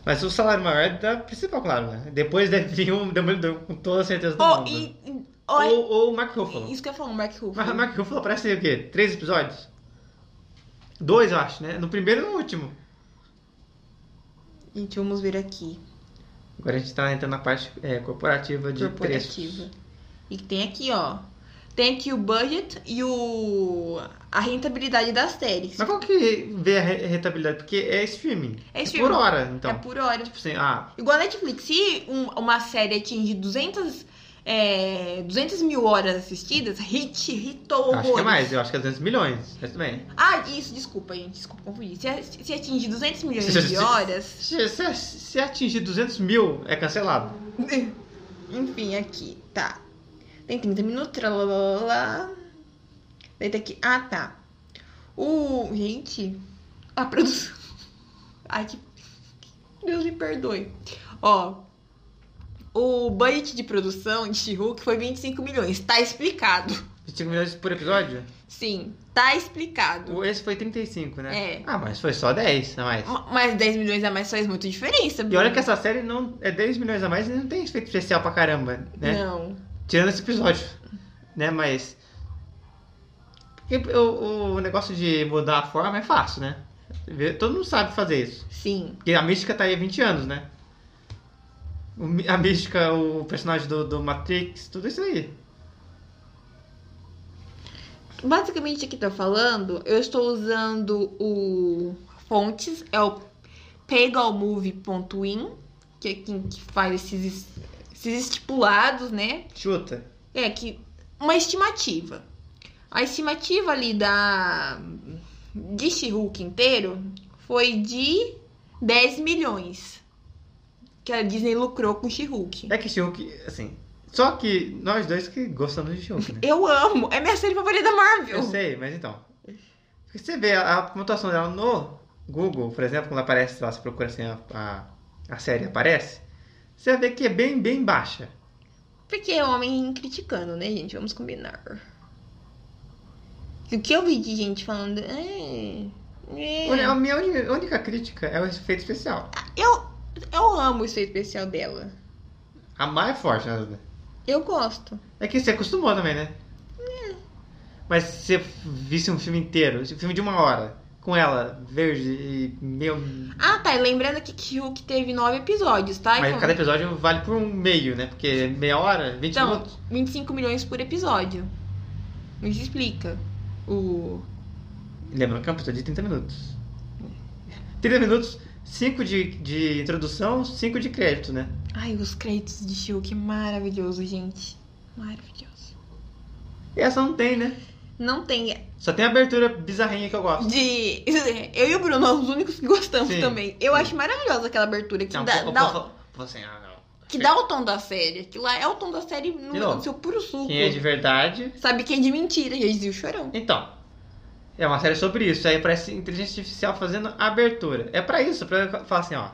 B: Mas o salário maior é da principal, claro, né? Depois deve vir o Demolidor, com toda a certeza do
A: Oh,
B: mundo.
A: e, e- ó,
B: Ou, ou o Mark Ruffalo.
A: isso que eu ia falar, o Mark
B: Mas o
A: Ruffalo.
B: Mark Ruffalo aparece em o quê? Três episódios? Dois, eu acho, né? No primeiro e no último.
A: Gente, vamos ver aqui.
B: Agora a gente tá entrando na parte é, corporativa de
A: Corporativa.
B: preços.
A: E tem aqui, ó. Tem aqui o budget e o a rentabilidade das séries.
B: Mas como que vê a re- rentabilidade? Porque é streaming.
A: É streaming.
B: por hora, então.
A: É por hora.
B: Tipo assim, ah,
A: Igual a Netflix, se um- uma série atinge 200, é, 200 mil horas assistidas, hit, hitou
B: eu acho que é
A: horrores.
B: mais, eu acho que é 200 milhões. Mas tudo bem.
A: Ah, isso, desculpa, gente, desculpa, confundi. Se, a- se atingir 200 milhões
B: Se-
A: de horas,
B: Se, se, se atingir 200 mil, é cancelado.
A: Enfim, aqui, tá. Tem 30 minutos, tralalala. Daí tem aqui. Ah, tá. O. Gente, a produção. Ai, que. Deus me perdoe. Ó. O budget de produção de She-Hulk foi 25 milhões. Tá explicado.
B: 25 milhões por episódio?
A: Sim, tá explicado.
B: O- Esse foi 35, né?
A: É.
B: Ah, mas foi só 10 a mais.
A: Ma- Mas 10 milhões a mais faz muita diferença,
B: E olha
A: Bruno.
B: que essa série não é 10 milhões a mais e não tem efeito especial pra caramba, né?
A: Não.
B: Tirando esse episódio, né? Mas. Porque o, o negócio de mudar a forma é fácil, né? Vê- Todo mundo sabe fazer isso.
A: Sim.
B: Porque a Mística tá aí há 20 anos, né? O Mi- a Mística, o personagem do, do Matrix, tudo isso aí.
A: Basicamente, aqui tá falando, eu estou usando o fontes, é o pagalmovie.in, que é quem que faz esses, es- esses estipulados, né?
B: Chuta.
A: É que uma estimativa. A estimativa ali da de She-Hulk inteiro foi de 10 milhões. Que a Disney lucrou com She-Hulk.
B: É que Shulk, assim. Só que nós dois que gostamos de Shulk, né?
A: Eu amo, é minha série favorita da Marvel.
B: Eu sei, mas então. Porque Você vê a, a pontuação dela no Google, por exemplo, quando aparece lá, você procura assim, a, a, a série aparece, você vê que é bem, bem baixa.
A: Porque é homem criticando, né, gente? Vamos combinar. O que eu vi de gente falando. "Ah, é."
B: A minha uni- única crítica é o efeito especial.
A: Eu, eu amo o efeito especial dela.
B: A má é forte, né?
A: Eu gosto.
B: É que você acostumou também, né?
A: É.
B: Mas se você visse um filme inteiro, um filme de uma hora, com ela, verde e meio.
A: Ah, tá. E lembrando aqui que Hulk teve nove episódios, tá?
B: Mas
A: Então,
B: cada episódio vale por um meio, né? Porque meia hora, 20
A: Então,
B: minutos.
A: 25 milhões por episódio. Nos explica. O.
B: Lembrando que é um episódio de 30 minutos. 30 minutos, 5 de, de introdução, 5 de crédito, né?
A: Ai, os créditos de Hulk maravilhoso, gente. Maravilhoso.
B: E essa não tem, né?
A: Não tem.
B: Só tem a abertura bizarrinha que eu gosto.
A: De. Eu e o Bruno, nós os únicos que gostamos
B: Sim.
A: também. Eu
B: Sim.
A: acho maravilhosa aquela abertura que,
B: Não,
A: dá,
B: eu
A: dá-
B: posso- posso assim, ah, não.
A: que dá o tom da série. Aquilo lá é o tom da série no
B: De novo.
A: seu puro suco.
B: Quem é de verdade.
A: Sabe quem é de mentira? Já dizia o chorão.
B: Então, é uma série sobre isso. Aí parece inteligência artificial fazendo a abertura. É pra isso, pra falar assim, ó.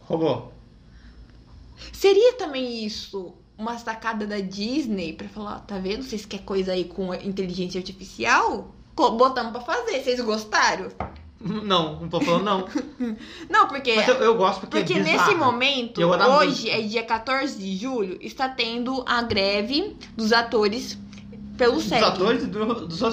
B: Robô.
A: Seria também isso uma sacada da Disney pra falar: tá vendo? Vocês querem coisa aí com inteligência artificial? Co- Botamos pra fazer, vocês gostaram?
B: Não, um povo falou não.
A: Não, porque.
B: Mas eu, eu gosto porque,
A: Porque
B: é
A: nesse
B: bizarro.
A: momento,
B: Eu vou dar um
A: hoje é dia 14 de julho, está tendo a greve dos atores pelo
B: Dos
A: SEG.
B: atores e do, dos
A: Dos
B: roteiristas.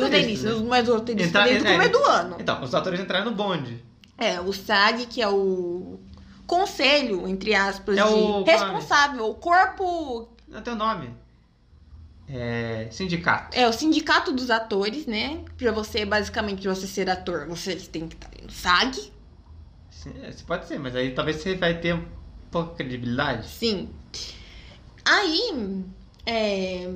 A: roteiristas,
B: né?
A: mas os roteiristas
B: Entrar-
A: desde o
B: é.
A: começo do ano.
B: Então, os atores entraram no bonde.
A: É, o SAG, que é o conselho, entre aspas,
B: É
A: de
B: o-
A: responsável, o corpo,
B: Não tem o nome. É. Sindicato.
A: é o sindicato dos atores, né? Pra você, basicamente, pra você ser ator, você tem que estar no SAG,
B: É, Você pode ser, mas aí talvez você vai ter pouca credibilidade.
A: sim. Aí, é...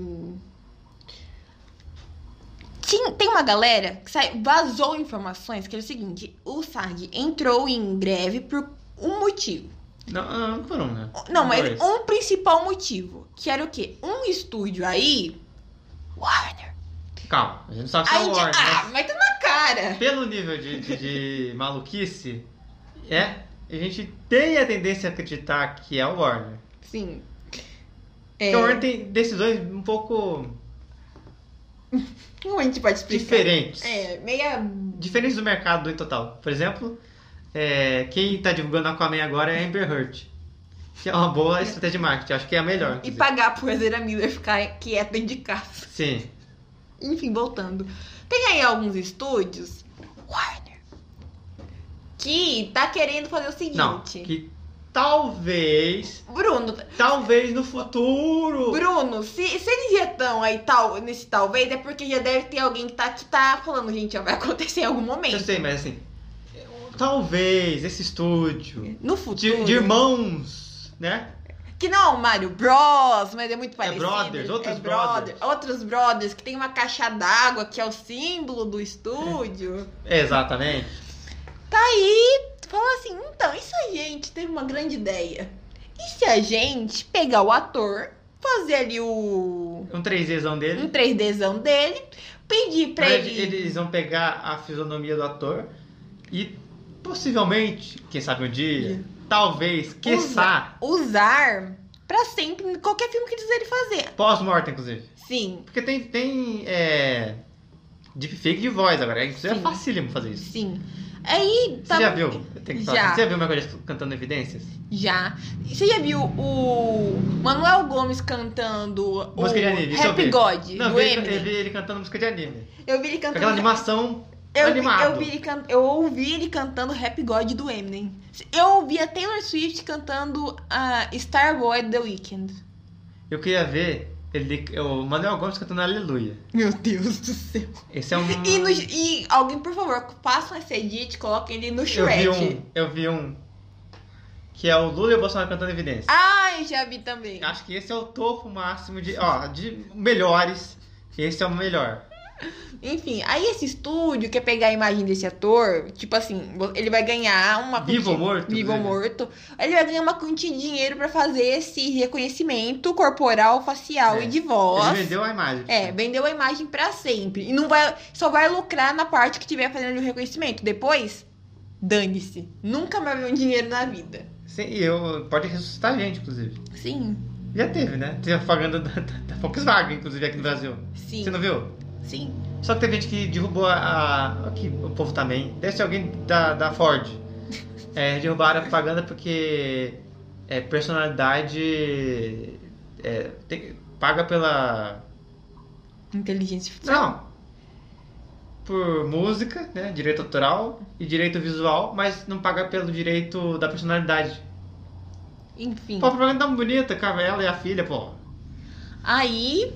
A: Tin- Tem uma galera que sai- vazou informações que era o seguinte: o SAG entrou em greve por um motivo.
B: Não, não, não por um, né?
A: Não, mas
B: Dois.
A: um principal motivo, que era o quê? Um estúdio aí. Warner.
B: Calma, a gente não sabe se é
A: Aí,
B: o
A: de-
B: Warner.
A: ah,
B: mas
A: mas tá na cara.
B: Pelo nível de, de- de maluquice, é. A gente tem a tendência a acreditar que é o Warner.
A: Sim. É,
B: Porque o Warner tem decisões um pouco
A: Como a gente pode explicar?
B: diferentes.
A: É, meia.
B: Diferentes do mercado em total. Por exemplo, é, quem tá divulgando Aquaman agora é a Amber Heard. Que é uma boa estratégia de marketing. Acho que é a melhor.
A: E
B: inclusive.
A: pagar pro Ezra Miller ficar quieto dentro de casa.
B: Sim.
A: Enfim, voltando. Tem aí alguns estúdios. Warner. Que tá querendo fazer o seguinte.
B: Não, que talvez,
A: Bruno,
B: talvez no futuro.
A: Bruno, se, se eles já estão aí tal, nesse talvez, é porque já deve ter alguém que tá, que tá falando, gente, ó, vai acontecer em algum
B: Eu
A: momento.
B: sei, mas assim, talvez esse estúdio
A: No
B: de,
A: futuro.
B: de irmãos, né?
A: Que não é o Mario Bros, mas é muito parecido.
B: brothers, outros
A: É brother- Outros brothers, que tem uma caixa d'água que é o símbolo do
B: É.
A: estúdio.
B: Exatamente.
A: Tá aí, falou assim, então, e se a gente teve uma grande ideia? E se a gente pegar o ator, fazer ali o...
B: Um 3Dzão
A: um
B: dele.
A: 3Dzão dele, pedir pra
B: Mas
A: ele...
B: Eles vão pegar a fisionomia do ator e possivelmente, quem sabe um dia, talvez, quiçá,
A: usar Pra sempre, em qualquer filme que eles quiserem fazer.
B: Pós-mortem, inclusive.
A: Sim,
B: Porque tem, tem é, deepfake de voz agora. Isso é
A: Sim.
B: facílimo fazer isso.
A: sim. Aí, tá...
B: Você já viu? Eu tenho que falar.
A: Já.
B: Você já viu o Michael Jackson cantando evidências?
A: Já. Você já viu o Manuel Gomes cantando o
B: Música de anime, isso eu
A: Happy
B: vi.
A: God,
B: Não, eu
A: do
B: vi, ele- eu
A: Eminem?
B: vi ele cantando música de anime.
A: Eu vi ele
B: Com
A: cantando...
B: aquela animação.
A: Eu, vi-
B: animado.
A: eu, vi ele can... eu ouvi ele cantando Happy God do Eminem. Eu ouvi a Taylor Swift cantando a Starboy do The Weeknd.
B: Eu queria ver ele, o Manuel Gomes cantando Aleluia.
A: Meu Deus do céu.
B: Esse é um.
A: E, no- e alguém, por favor, faça esse edit e coloque ele no
B: eu
A: Shrek.
B: vi um. Eu vi um. Que é o Lula e o Bolsonaro cantando evidências.
A: Ah, eu já vi também.
B: Acho que esse é o topo máximo de. Ó, de melhores. Esse é o melhor.
A: Enfim, aí esse estúdio quer pegar a imagem desse ator, tipo assim, ele vai ganhar uma
B: Vivo ou morto,
A: vivo ou
B: né?
A: morto. Ele vai ganhar uma quantia de dinheiro pra fazer esse reconhecimento corporal, facial
B: É.
A: e de voz.
B: Ele vendeu a imagem.
A: É, vendeu a imagem pra sempre e não vai, só vai lucrar na parte que tiver fazendo o reconhecimento. Depois, dane-se. Nunca mais vai ver um dinheiro na vida.
B: Sim, e eu, pode ressuscitar a gente, inclusive.
A: Sim,
B: Já teve, né? Teve a propaganda da, da- da Volkswagen, inclusive, aqui no Brasil.
A: sim,
B: Você não viu?
A: sim.
B: Só que teve gente que derrubou a. a- aqui, o povo também. Deve ser alguém da, da Ford. É, derrubaram a propaganda porque é personalidade. é, tem- paga pela.
A: Inteligência artificial.
B: Não! Por música, né? Direito autoral e direito visual, mas não paga pelo direito da personalidade.
A: Enfim.
B: Pô, a propaganda tão bonita, cara, ela e a filha, pô.
A: Aí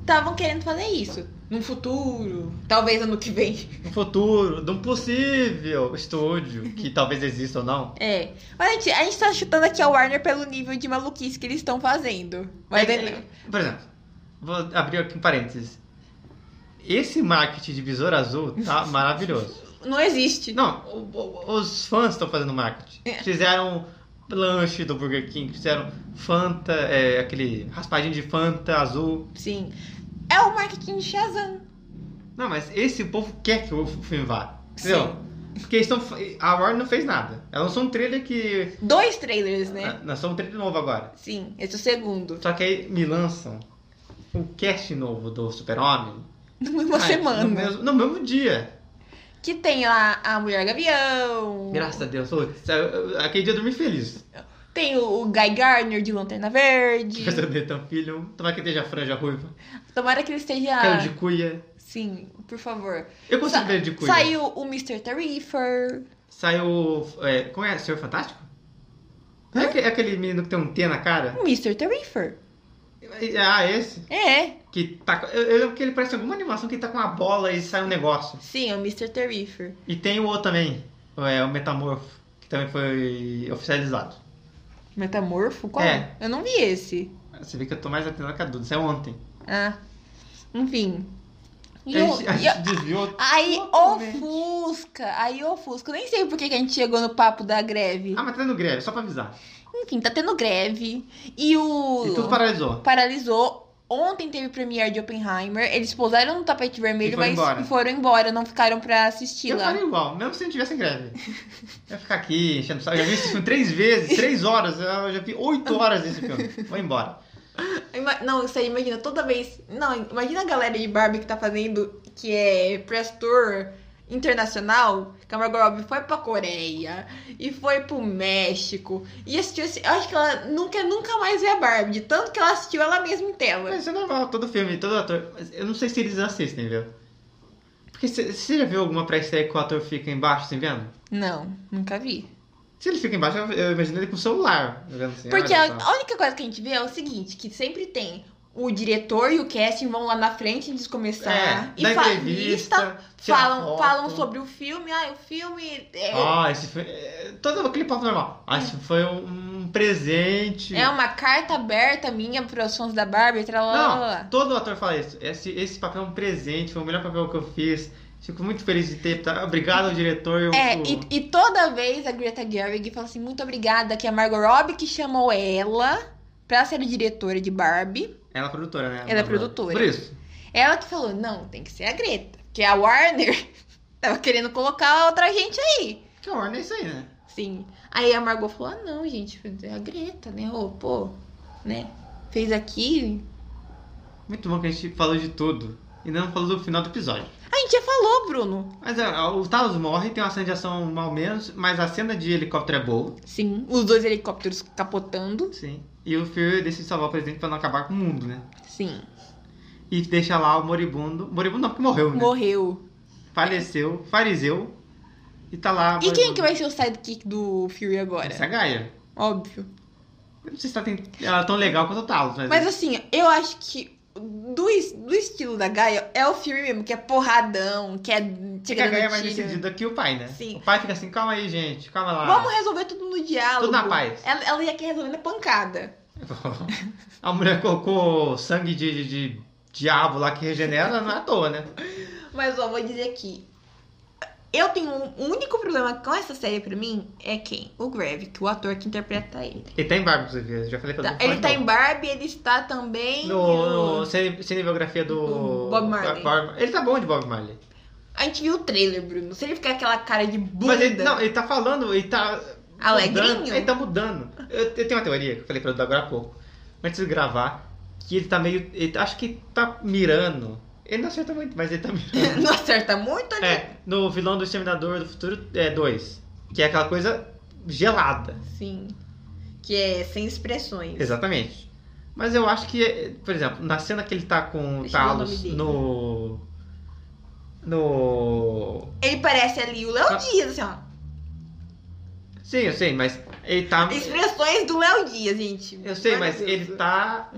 A: estavam querendo fazer isso. No futuro, talvez ano que vem.
B: no futuro, de um possível estúdio, que talvez exista ou não.
A: É. Mas, gente, a gente tá chutando aqui a Warner pelo nível de maluquice que eles estão fazendo. Mas
B: É,
A: é-
B: é, Por exemplo, vou abrir aqui um parênteses. Esse marketing de Besouro Azul tá maravilhoso.
A: não existe.
B: Não, o- o- os fãs estão fazendo marketing.
A: É.
B: Fizeram lanche do Burger King, fizeram Fanta, é, aquele raspadinho de Fanta azul.
A: Sim. É o marketing de Shazam.
B: Não, mas esse povo quer que o filme vá.
A: Sim.
B: Entendeu? Porque eles tão, a Warner não fez nada. Ela lançou um trailer que.
A: Dois trailers, né?
B: Nós Lançou um trailer novo agora.
A: Sim, esse é o segundo.
B: Só que aí me lançam o cast novo do Super-Homem.
A: Ah, é, Numa
B: Ai,
A: semana.
B: No mesmo, no mesmo dia.
A: Que tem lá a Mulher Gavião.
B: Graças a Deus. putz, eu- eu- Aquele dia eu dormi feliz.
A: Hum. Tem o, o Guy Gardner de Lanterna Verde.
B: Graças a Deus, então, filho. Tomara que esteja franja ruiva.
A: Tomara que ele esteja.
B: Quero de cuia.
A: Sim, por favor.
B: Eu consigo
A: Ah. Sa-
B: ver de cuia.
A: Saiu o Mr. Tarifer.
B: Saiu. É, como é? Senhor Fantástico? Não é aque- é aquele menino que tem um T na cara?
A: O Mr. Tarifer.
B: Ah, esse.
A: É.
B: Que tá. com- Eu eu lembro que ele parece alguma animação que ele tá com uma bola e sai um negócio.
A: Sim, é o Mr. Tarifer.
B: E tem o outro também. É, o Metamorfo. Que também foi oficializado.
A: Metamorfo? Qual?
B: É.
A: Eu não vi esse.
B: Você vê que eu tô mais atento que a Duda. Isso é ontem.
A: Ah. Enfim. E
B: a
A: o-
B: gente, a
A: e o-
B: gente desviou.
A: Aí
B: Totalmente.
A: ofusca, aí ofusca. Eu nem sei por que que a gente chegou no papo da greve.
B: Ah, mas tá no greve, só pra avisar.
A: Enfim, tá tendo greve. E o.
B: E tudo paralisou.
A: paralisou. Ontem teve premiere de Oppenheimer. Eles pousaram no tapete vermelho,
B: E foram
A: mas
B: embora.
A: e foram embora, não ficaram pra assistir
B: Eu
A: lá.
B: faria igual, mesmo se não tivesse greve. Eu ia ficar aqui enchendo o saco. Eu já vi esse filme três vezes, três horas. Eu já vi oito horas desse filme. Vou embora.
A: Ima- Não, isso aí, imagina toda vez. Não, imagina a galera de Barbie que tá fazendo, que é press tour internacional. que a Margot Robbie foi pra Coreia e foi pro México. E assistiu esse. Eu acho que ela nunca, nunca mais vê a Barbie, de tanto que ela assistiu ela mesma em tela.
B: Mas isso é normal, todo filme, todo ator. Mas eu não sei se eles assistem, viu? Porque você você já viu alguma pré-estreia que o ator fica embaixo, assim, vendo?
A: Não, nunca vi.
B: Se ele fica embaixo, eu- eu imagino ele com o celular. Vendo assim,
A: Porque
B: olha
A: a,
B: só.
A: a única coisa que a gente vê é o seguinte, que sempre tem o diretor e o casting vão lá na frente antes de começar
B: É,
A: e
B: dá
A: fa-
B: entrevista, tira
A: falam,
B: foto.
A: falam sobre o filme, ah, o filme é,
B: Ah, esse foi. é, Todo aquele papo normal. Ah, esse foi um, um presente.
A: é uma carta aberta minha para os fãs da Barbie, tralá, lá, lá,
B: Não,
A: lá.
B: todo ator fala isso. Esse, esse papel é um presente, foi o melhor papel que eu fiz. Fico muito feliz de ter. tá? Obrigado ao diretor. eu-
A: É,
B: o-
A: e, e toda vez a Greta Gerwig fala assim, muito obrigada, que é a Margot Robbie que chamou ela pra ser a diretora de Barbie.
B: Ela é produtora, né?
A: Ela é produtora.
B: Por isso.
A: Ela que falou, não, tem que ser a Greta, que é a Warner tava querendo colocar outra gente aí.
B: Que horror, é isso aí, né?
A: Sim. Aí a Margot falou: ah, não, gente, é a Greta, né? Ô, pô, né? Fez aqui.
B: Muito bom que a gente falou de tudo. E não falou do final do episódio.
A: A gente já falou, Bruno.
B: Mas é, o Talos morre, tem uma cena de ação mal menos, mas a cena de helicóptero é boa.
A: Sim. Os dois helicópteros capotando.
B: Sim. E o Fury decide salvar o presidente pra não acabar com o mundo, né?
A: Sim.
B: E deixa lá o moribundo. Moribundo não, porque morreu, né?
A: Morreu.
B: Faleceu, fariseu. E tá lá.
A: E quem que vai ser o sidekick do Fury agora?
B: Essa é Gaia.
A: Óbvio.
B: Eu não sei se ela, tem- ela é tão legal quanto o Talos, mas.
A: Mas assim, eu acho que do, es- do estilo da Gaia é o Fury mesmo, que é porradão, que é
B: É que a
A: tirando
B: Gaia é mais
A: tiro.
B: decidida que o pai, né?
A: Sim.
B: O pai fica assim, calma aí, gente, calma lá.
A: Vamos resolver tudo no diálogo.
B: Ah. Tudo na paz.
A: Ela, ela ia querer resolver na pancada.
B: A mulher colocou sangue de, de- de diabo lá que regenera, não é à toa, né?
A: Mas ó, vou dizer aqui. Eu tenho um o único problema com essa série pra mim é quem? O Grave, que é o ator que interpreta ele.
B: Ele tá em Barbie, inclusive, eu já falei pra
A: Tá-
B: não
A: ele
B: falar
A: tá
B: de
A: em
B: novo.
A: Barbie, ele está também
B: No,
A: no-
B: no cine- cinebiografia do.
A: Do Bob Marley.
B: Bob- ele tá bom de Bob Marley.
A: A gente viu o trailer, Bruno. Se ele ficar com aquela cara de bunda.
B: Mas ele, não, ele tá falando, ele tá.
A: Alegrinho?
B: mudando, ele tá mudando. Eu, eu tenho uma teoria que eu falei pra Dudu agora há pouco, antes de gravar, que ele tá meio. Ele, acho que tá mirando. Ele não acerta muito, mas ele tá mirando.
A: Não acerta muito, né?
B: É, no vilão do Exterminador do Futuro é 2. Que é aquela coisa gelada.
A: Sim. Que é sem expressões.
B: Exatamente. Mas eu acho que, é, por exemplo, na cena que ele tá com o
A: Deixa eu ver o nome
B: Talos
A: dele.
B: no. No.
A: Ele parece ali o
B: Ah.
A: Léo Dias, assim, ó.
B: Sim, eu sei, mas ele tá.
A: Expressões do Léo Dias, gente.
B: Eu sei,
A: Meu
B: mas
A: Deus.
B: ele tá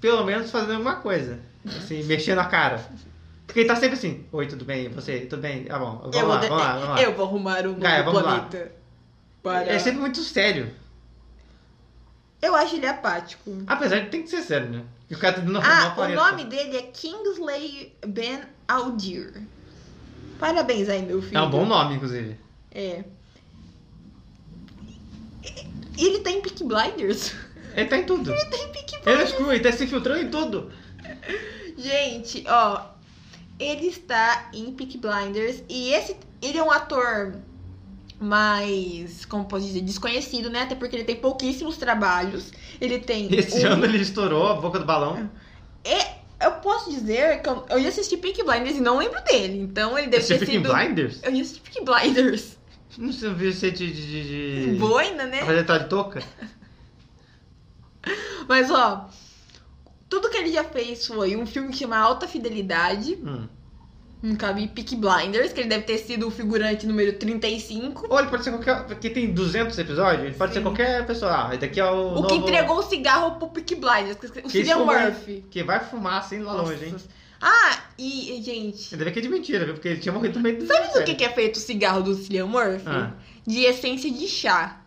B: pelo menos fazendo alguma coisa. Assim, mexendo a cara. Porque ele tá sempre assim, oi, tudo bem? E Você, tudo bem? Tá bom, vamos
A: eu,
B: lá,
A: vou de-
B: vamos lá, vamos lá.
A: eu vou arrumar um novo
B: Gaia, vamos lá.
A: planeta. Para...
B: É sempre muito sério.
A: Eu acho ele apático.
B: Apesar de tem que ser sério, né? E o cara tá dando
A: ah, o nome dele é Kingsley Ben Aldir. Parabéns aí, meu filho.
B: É um bom nome, inclusive.
A: É. E ele tá em Peak Blinders?
B: Ele tá em tudo.
A: Ele tá em Peak
B: Ele é escuro, ele tá se infiltrando em tudo.
A: Gente, ó, ele está em Peak Blinders e esse ele é um ator mais, como posso dizer, desconhecido, né? Até porque ele tem pouquíssimos trabalhos. Ele tem
B: Esse
A: um-
B: ano ele estourou a boca do balão.
A: Eu posso dizer que eu, eu ia assistir Peak Blinders e não lembro dele. Então ele deve
B: Você
A: ter
B: fica em
A: sido
B: blinders?
A: Eu ia assistir Peak Blinders.
B: Não sei se você de. de, de...
A: Boina, né?
B: Fazer tal de touca?
A: Mas ó, tudo que ele já fez foi um filme que chama Alta Fidelidade,
B: Hum.
A: um cabe Peak Blinders, que ele deve ter sido o figurante número 35.
B: Ou ele pode ser qualquer. Porque tem 200 episódios, ele pode
A: Sim.
B: ser qualquer pessoa. Ah, esse daqui é o.
A: O
B: novo...
A: que entregou o cigarro pro Peak Blinders, que- o
B: Que
A: Cillian
B: fuma-
A: Murphy.
B: Que vai fumar assim lá longe, hein?
A: Nossa. Ah, e, gente,
B: Ainda bem que é de mentira, viu? Porque ele tinha morrido no meio do.
A: sabe do que, que é feito o cigarro do Cillian Murphy?
B: Ah.
A: De essência de chá.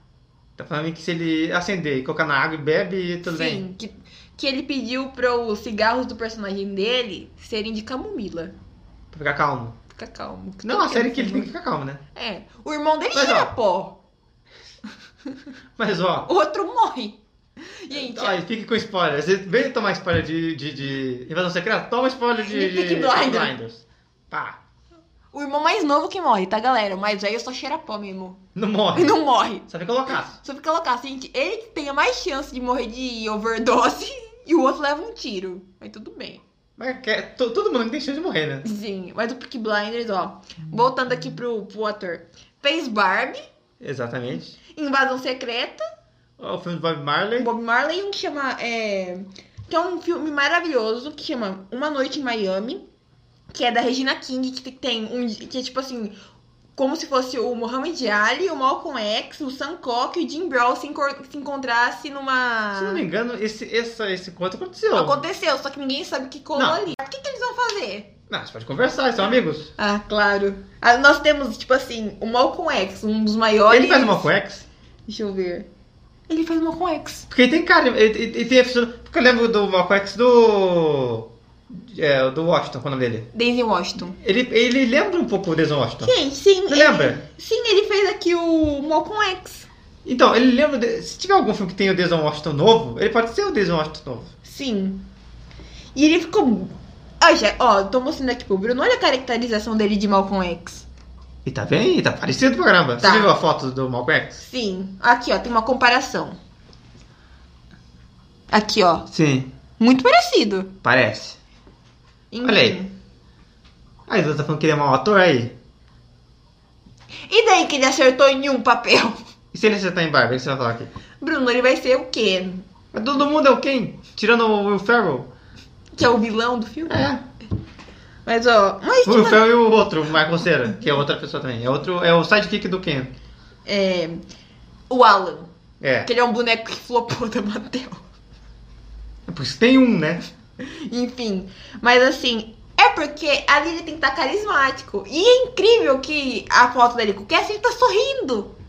B: Tá falando que se ele acender e colocar na água e bebe, tudo bem.
A: Sim, que, que ele pediu pros cigarros do personagem dele serem de camomila.
B: Pra ficar calmo.
A: Fica calmo.
B: Não,
A: Tudo
B: a série que ele tem
A: é
B: que ficar calmo, né?
A: É, o irmão dele
B: Mas,
A: tira pó,
B: Mas ó.
A: o outro morre. Gente, é-
B: Olha, fique com spoiler. Você veio tomar spoiler de, de, de Invasão Secreta? Toma spoiler de,
A: De Peaky
B: de,
A: Blinders.
B: Blinders. Pá.
A: o irmão mais novo que morre, tá, galera? O mais velho só cheira pó mesmo.
B: Não morre.
A: E não morre.
B: Só fica loucaço.
A: Só fica loucaço, gente. Ele assim que tenha mais chance de morrer de overdose e o outro leva um tiro. Mas tudo bem.
B: Mas quer- to- todo mundo tem chance de morrer, né?
A: Sim, mas o Peak Blinders, ó. Voltando aqui pro, pro ator. Fez Barbie,
B: Exatamente.
A: Invasão Secreta,
B: Ó, O filme do Bob Marley.
A: Bob Marley, um que chama. É, que é um filme maravilhoso que chama Uma Noite em Miami, que é da Regina King, que tem um. que é tipo assim. Como se fosse o Muhammad Ali, o Malcolm X, o Sam Cooke e o Jim Brown se, encor- se encontrasse numa.
B: Se não me engano, esse, esse, esse conto aconteceu.
A: Aconteceu, só que ninguém sabe o que colou
B: Não.
A: ali. O que, que eles vão fazer?
B: Não, Ah, você pode conversar, são amigos.
A: Ah, claro. Ah, nós temos, tipo assim, o Malcolm X, um dos maiores.
B: Ele faz uma X.
A: Deixa eu ver. Ele faz uma Malcolm X.
B: Porque ele tem cara. Ele, ele- ele tem a fissura- Porque eu lembro do Malcolm X do. É, do Washington, qual é o nome dele?
A: Daisy Washington.
B: Ele, ele lembra um pouco o Denzel Washington.
A: Gente, sim.
B: Você
A: ele-
B: lembra?
A: Sim, ele fez aqui o Malcolm X.
B: Então, ele lembra. de- Se tiver algum filme que tem o Denzel Washington novo, ele pode ser o Denzel Washington novo.
A: Sim. E ele ficou. Ah, já, ó, tô mostrando aqui pro Bruno. Olha a caracterização dele de Malcolm X.
B: E tá bem, e tá parecido pra caramba.
A: Tá.
B: Você viu a foto do Malcolm X?
A: Sim. Aqui, ó, tem uma comparação. Aqui, ó.
B: Sim,
A: Muito parecido. Uhum.
B: parece.
A: Enfim.
B: Olha aí. Aí você tá falando que ele é mau ator aí?
A: E daí que ele acertou em um papel?
B: E se ele acertar em Barbie, o que você vai falar aqui?
A: Bruno, ele vai ser o quê?
B: Mas todo mundo é o quem? Tirando o Will Ferrell?
A: Que é o vilão do filme?
B: É.
A: Mas, ó. Mas,
B: O Will
A: tipo,
B: Ferrell e é o outro, o Michael Cera, que é outra pessoa também. É, outro, é o sidekick do Ken.
A: é. O Alan.
B: É.
A: Que ele é um boneco que flopou da Mattel.
B: É Porque tem um, né?
A: Enfim. Mas, assim. É porque ali ele tem que estar carismático. E é incrível que a foto dele com o Cassie ele tá sorrindo.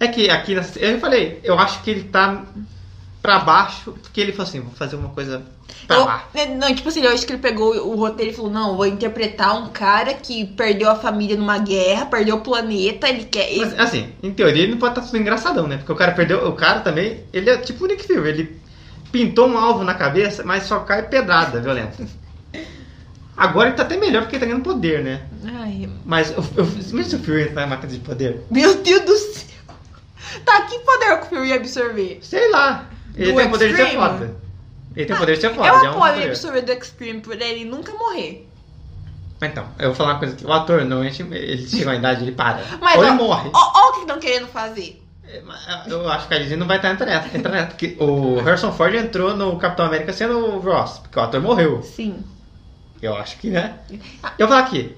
B: É que aqui, nessa- eu falei, eu acho que ele tá pra baixo, porque ele falou assim, vou fazer uma coisa pra
A: Eu-
B: baixo.
A: né, não, tipo assim, eu acho que ele pegou o roteiro e falou: Não, vou interpretar um cara que perdeu a família numa guerra, perdeu o planeta, ele quer. ele-
B: Mas, assim, em teoria ele não pode estar tudo engraçadão, né? Porque o cara perdeu, o cara também, ele é tipo o Nick Fury, ele pintou um alvo na cabeça, mas só cai pedrada violenta. Agora ele tá até melhor porque ele tá ganhando poder, né?
A: Ai,
B: Mas eu, eu, mesmo se o Fury entrar na máquina de poder,
A: meu Deus do céu! Tá, que poder que o filme ia absorver?
B: sei lá, ele
A: Do
B: tem o poder de ser
A: Extreme?
B: foda. Ele tem o poder de ser foda, ele é
A: eu
B: um
A: apoio ele
B: poder.
A: absorver do Extreme por ele nunca morrer.
B: Mas Então, eu vou falar uma coisa aqui. O ator, não, ele chega à idade, ele para.
A: Mas,
B: Ou
A: ó,
B: ele morre.
A: Ó, ó o que estão querendo fazer.
B: Eu acho que a Disney não vai estar entrando nessa. entrando nessa, porque o Harrison Ford entrou no Capitão América sendo o Ross, porque o ator morreu.
A: Sim.
B: Eu acho que, né? Eu vou falar aqui.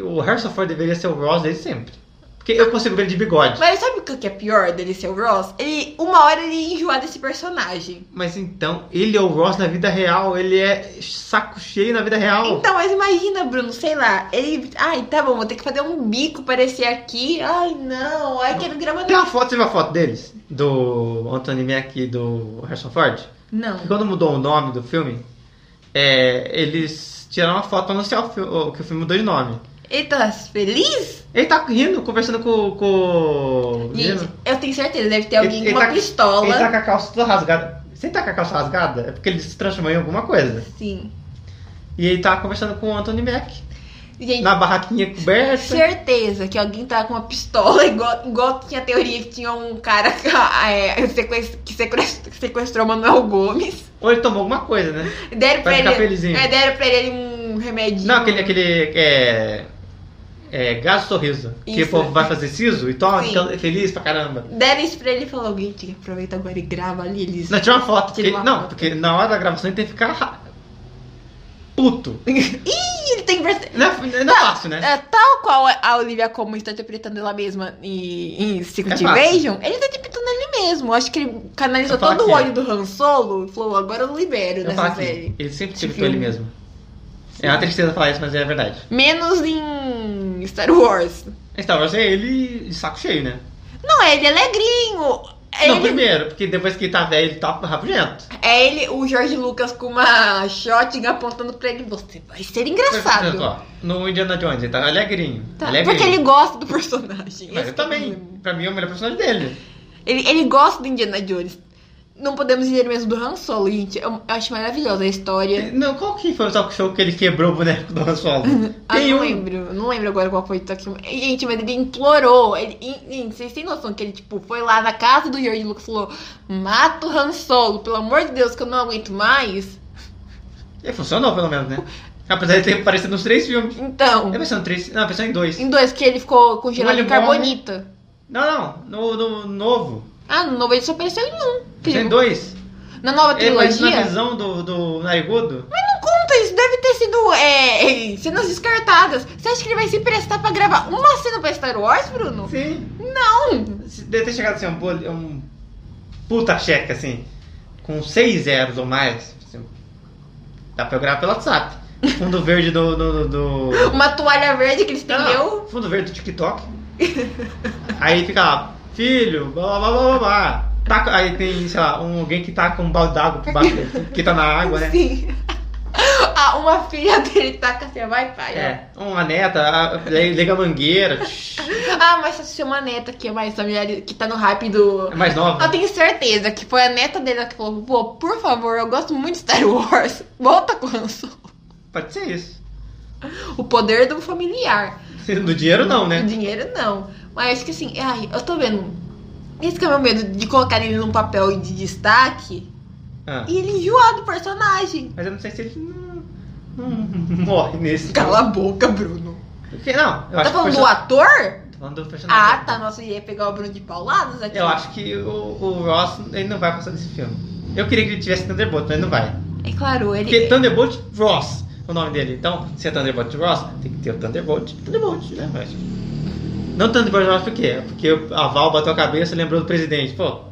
B: O Harrison Ford deveria ser o Ross desde sempre. Porque eu consigo ver ele de bigode.
A: Mas sabe o que que é pior dele ser o Ross? Ele, uma hora ele enjoar desse personagem.
B: Mas então, ele é o Ross na vida real. Ele é saco cheio na vida real.
A: Então, mas imagina, Bruno, sei lá, ele. Ai, tá bom, vou ter que fazer um bico parecer aqui. Ai, não, ai, quero gravar.
B: Tem uma foto, você viu a foto deles? Do Anthony Mack e do Harrison Ford?
A: Não.
B: Quando mudou o nome do filme, é, eles tiraram uma foto pra anunciar o fi- o- que o filme mudou de nome.
A: Ele tá feliz?
B: Ele tá rindo, conversando com, com o. menino.
A: Gente, eu tenho certeza, deve ter alguém
B: Ele-
A: com
B: ele
A: uma
B: tá-
A: pistola.
B: Ele tá com a calça toda rasgada. Se ele tá com a calça rasgada, é porque ele se transformou em alguma coisa.
A: Sim.
B: E ele tá conversando com o Anthony Mack.
A: Gente,
B: Na barraquinha coberta.
A: certeza que alguém tá com uma pistola, igual, igual tinha a teoria que tinha um cara que, é, sequest- que sequestrou, sequestrou Manuel Gomes.
B: Ou ele tomou alguma coisa, né?
A: Deram pra,
B: Vai ficar
A: ele.
B: felizinho.
A: É, deram pra ele um remedinho.
B: Não, aquele. aquele é, é, gás sorriso. Que o
A: Isso.
B: povo vai fazer siso e toma,
A: Sim.
B: fica feliz pra caramba.
A: Deram isso pra ele e falou: alguém tinha que aproveitar agora e grava ali. Eles...
B: Não, tira uma foto.
A: Tira
B: Porque,
A: uma
B: não,
A: foto.
B: porque na hora da gravação ele tem que ficar ra- puto.
A: Ih, ele tem vers-
B: Não é, não um é fácil, né?
A: É, tal qual a Olivia Como está interpretando ela mesma em, em Secret
B: É fácil.
A: Invasion, ele tá interpretando ele mesmo. Acho que ele canalizou
B: Eu falo
A: todo o
B: aqui.
A: ódio do Han Solo e falou, agora eu libero
B: Eu falo
A: dessa
B: aqui,
A: série.
B: ele sempre
A: Esse
B: interpretou ele
A: filme.
B: mesmo. É uma tristeza falar isso, mas é a verdade.
A: Menos em Star Wars.
B: Star Wars é ele de saco cheio, né?
A: Não, ele é alegrinho. É
B: Não,
A: ele,
B: primeiro, porque depois que ele tá velho, ele tá rabugento.
A: é ele, o Jorge Lucas com uma shotgun apontando pra ele, você vai ser
B: Por exemplo,
A: engraçado.
B: ó, No Indiana Jones, ele tá alegrinho.
A: Tá,
B: alegrinho.
A: porque ele gosta do personagem. Esse
B: Mas eu
A: que é o
B: também.
A: problema.
B: Pra mim é o melhor personagem dele.
A: Ele, ele gosta do Indiana Jones. Não podemos dizer o mesmo do Han Solo, gente. Eu, eu acho maravilhosa a história.
B: Não, qual que foi o talk show que ele quebrou o boneco do Han Solo?
A: Ah,
B: Tem
A: não
B: um.
A: lembro. Não lembro agora qual foi o toque. Gente, mas ele implorou. Ele, e- gente, vocês têm noção que ele, tipo, foi lá na casa do George Lucas e falou: Mata o Han Solo, pelo amor de Deus, que eu não aguento mais.
B: E funcionou, pelo menos, né? Apesar de ter aparecido nos três filmes.
A: Então,
B: É a versão 3. Não, a versão em 2.
A: em dois, que ele ficou
B: Um
A: congelado em
B: ele morre.
A: carbonita.
B: Não, não. No, no novo.
A: Ah, no novo ele só apareceu em um. Que
B: Versão em
A: ele-
B: 2.
A: Na nova
B: Ele aparece na
A: trilogia.
B: visão do, do narigudo.
A: Puta, isso deve ter sido é, é, cenas descartadas. Você acha que ele vai se prestar pra gravar uma cena pra Star Wars, Bruno?
B: Sim.
A: Não!
B: Se- Deve ter chegado assim, um, bol- um puta cheque, assim. Com seis zeros ou mais. assim, dá pra eu gravar pelo WhatsApp. Fundo verde do. do, do- do-
A: Uma toalha verde que ele estendeu.
B: Não, fundo verde do TikTok. Aí fica lá, filho, blá blá blá blá blá. blá. Taca- aí tem, sei lá, um, alguém que tá com um balde d'água que bate- que tá na água, né?
A: Sim. Ah, uma filha dele taca assim, vai, pai. ó.
B: É, uma neta, a- daí liga a mangueira, shh,
A: Ah, mas essa é uma neta que é mais familiar, que tá no hype do.
B: é mais
A: Eu
B: nova.
A: tenho certeza que foi a neta dele que falou: pô, por favor, eu gosto muito de Star Wars. Volta com o Han Solo."
B: Pode ser isso.
A: O poder do familiar.
B: Do dinheiro não,
A: O
B: né?
A: dinheiro não. Mas acho que assim, é ai, eu tô vendo. Esse que é o meu medo de colocar ele num papel de destaque.
B: Ah,
A: E ele enjoa do personagem.
B: mas eu não sei se ele não, não morre nesse.
A: Cala a boca, Bruno.
B: Porque, não, eu
A: Tá
B: acho
A: falando
B: que o
A: do
B: perso-
A: ator?
B: tô falando do personagem.
A: Ah, tá. Nossa, eu ia pegar o Bruno de pauladas aqui.
B: Eu acho que o, o Ross ele não vai passar desse filme. Eu queria que ele tivesse Thunderbolt, mas ele não vai.
A: É claro, ele.
B: Porque Thunderbolt Ross é o nome dele. Então, se é Thunderbolt Ross, tem que ter o Thunderbolt. Thunderbolt, né? Mas... Não Thunderbolt Ross por quê? Porque a Val bateu a cabeça e lembrou do presidente. Pô,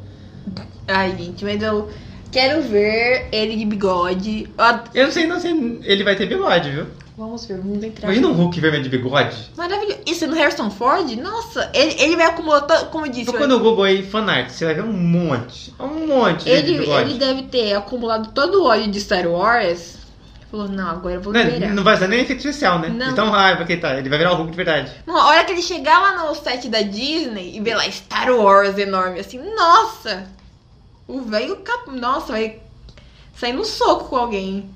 A: Ai, gente, mas eu quero ver ele de bigode. Ó,
B: eu não sei não se ele vai ter bigode, viu?
A: vamos ver, vamos entrar.
B: Imagina um Hulk vermelho de bigode.
A: Maravilhoso. Tá. Isso no Harrison Ford? Nossa, ele, ele vai acumular, to- como eu disse,
B: Procura no Google aí fanart, você vai ver um monte. Um monte de
A: ele,
B: bigode.
A: ele deve ter acumulado todo o ódio de Star Wars. Ele Falou, não, agora eu vou
B: Não,
A: liberar.
B: não vai ser nem efeito especial, né?
A: Não.
B: Então raiva que ele tá. Ele vai virar o Hulk de verdade.
A: Não, a hora que ele chegar lá no site da Disney e ver lá Star Wars enorme, assim, nossa! O velho cap... Nossa, vai sair no soco com alguém.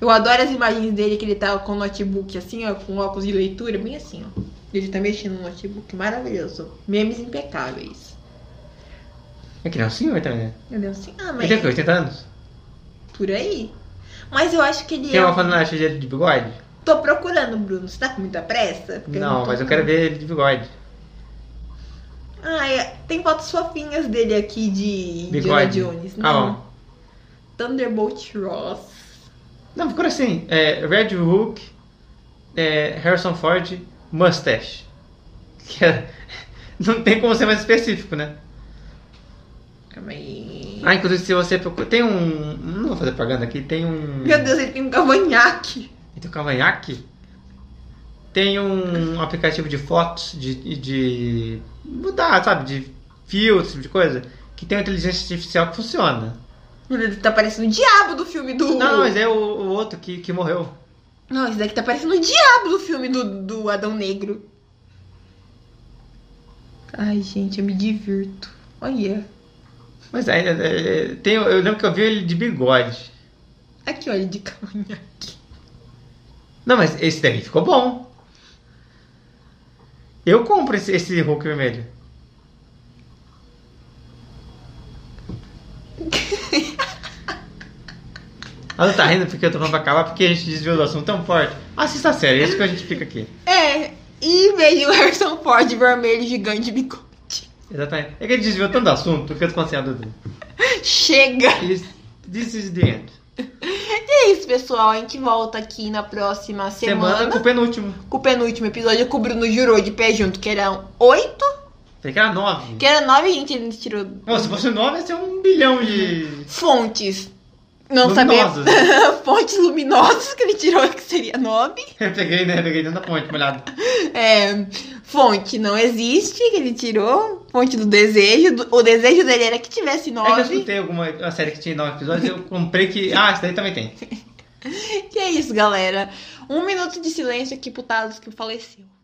A: Eu adoro as imagens dele que ele tá com o notebook assim, ó, com óculos de leitura, bem assim, ó. Ele tá mexendo no notebook, maravilhoso. Memes impecáveis.
B: É que não, o senhor também, né?
A: Eu dei assim, ah,
B: Ele
A: mas é
B: tem o quê? 80 anos?
A: por aí. Mas eu acho que ele
B: Tem
A: é.
B: uma fanart dele de bigode?
A: Tô procurando, Bruno. Você tá com muita pressa? Porque
B: Não,
A: tô
B: mas eu quero ver ele de bigode.
A: Ah, é. tem fotos fofinhas dele aqui de Indiana
B: Bigode.
A: Jones.
B: Ah,
A: Não.
B: bom.
A: Thunderbolt Ross.
B: Não, procura assim. É, Red Hulk, é, Harrison Ford, Mustache. Que é- não tem como ser mais específico, né?
A: Calma aí.
B: Ah, inclusive se você procura... Tem um... Não vou fazer propaganda aqui. Tem um...
A: Meu Deus, ele tem um cavanhaque.
B: Tem um cavanhaque. Tem um aplicativo de fotos, de... de mudar, sabe? De filtro, esse tipo de coisa. Que tem uma inteligência artificial que funciona.
A: Meu Deus, ele tá parecendo o diabo do filme do.
B: Não, mas é o, o outro que, que morreu.
A: Não, esse daqui tá parecendo o diabo do filme do, do Adão Negro. Ai, gente, eu me divirto. Olha.
B: Mas é, é, é, tem, eu lembro que eu vi ele de bigode.
A: Aqui, olha, de cavanhaque.
B: Não, mas esse daqui ficou bom. Eu compro esse, esse Hulk vermelho. Ela tá rindo porque eu tô falando pra acabar, porque a gente desviou do assunto tão forte. Assista a série, é isso que a gente fica aqui.
A: É, e vejo o Harrison Ford vermelho gigante de bigode.
B: Exatamente. É que a gente desviou tanto do assunto que eu tô assim, com ansiedade.
A: Chega!
B: This, this is the end.
A: E é isso, pessoal. A gente volta aqui na próxima semana,
B: Semana é com o penúltimo.
A: com o penúltimo episódio que o Bruno jurou de pé junto, que era oito,
B: Falei que era nove.
A: que era nove, gente, ele tirou
B: Pô, se fosse nove, ia ser um bilhão de.
A: fontes. Não
B: Luminosas.
A: sabemos. fontes luminosas que ele tirou, que seria nove.
B: Eu peguei, né? Peguei dentro da ponte, molhado.
A: É, fonte não existe, que ele tirou. Fonte do desejo. do- o desejo dele era que tivesse
B: É que eu
A: nove.
B: escutei alguma uma série que tinha nove episódios eu comprei que. Ah, essa daí também tem.
A: Que é isso, galera. Um minuto de silêncio aqui pro Talos que faleceu.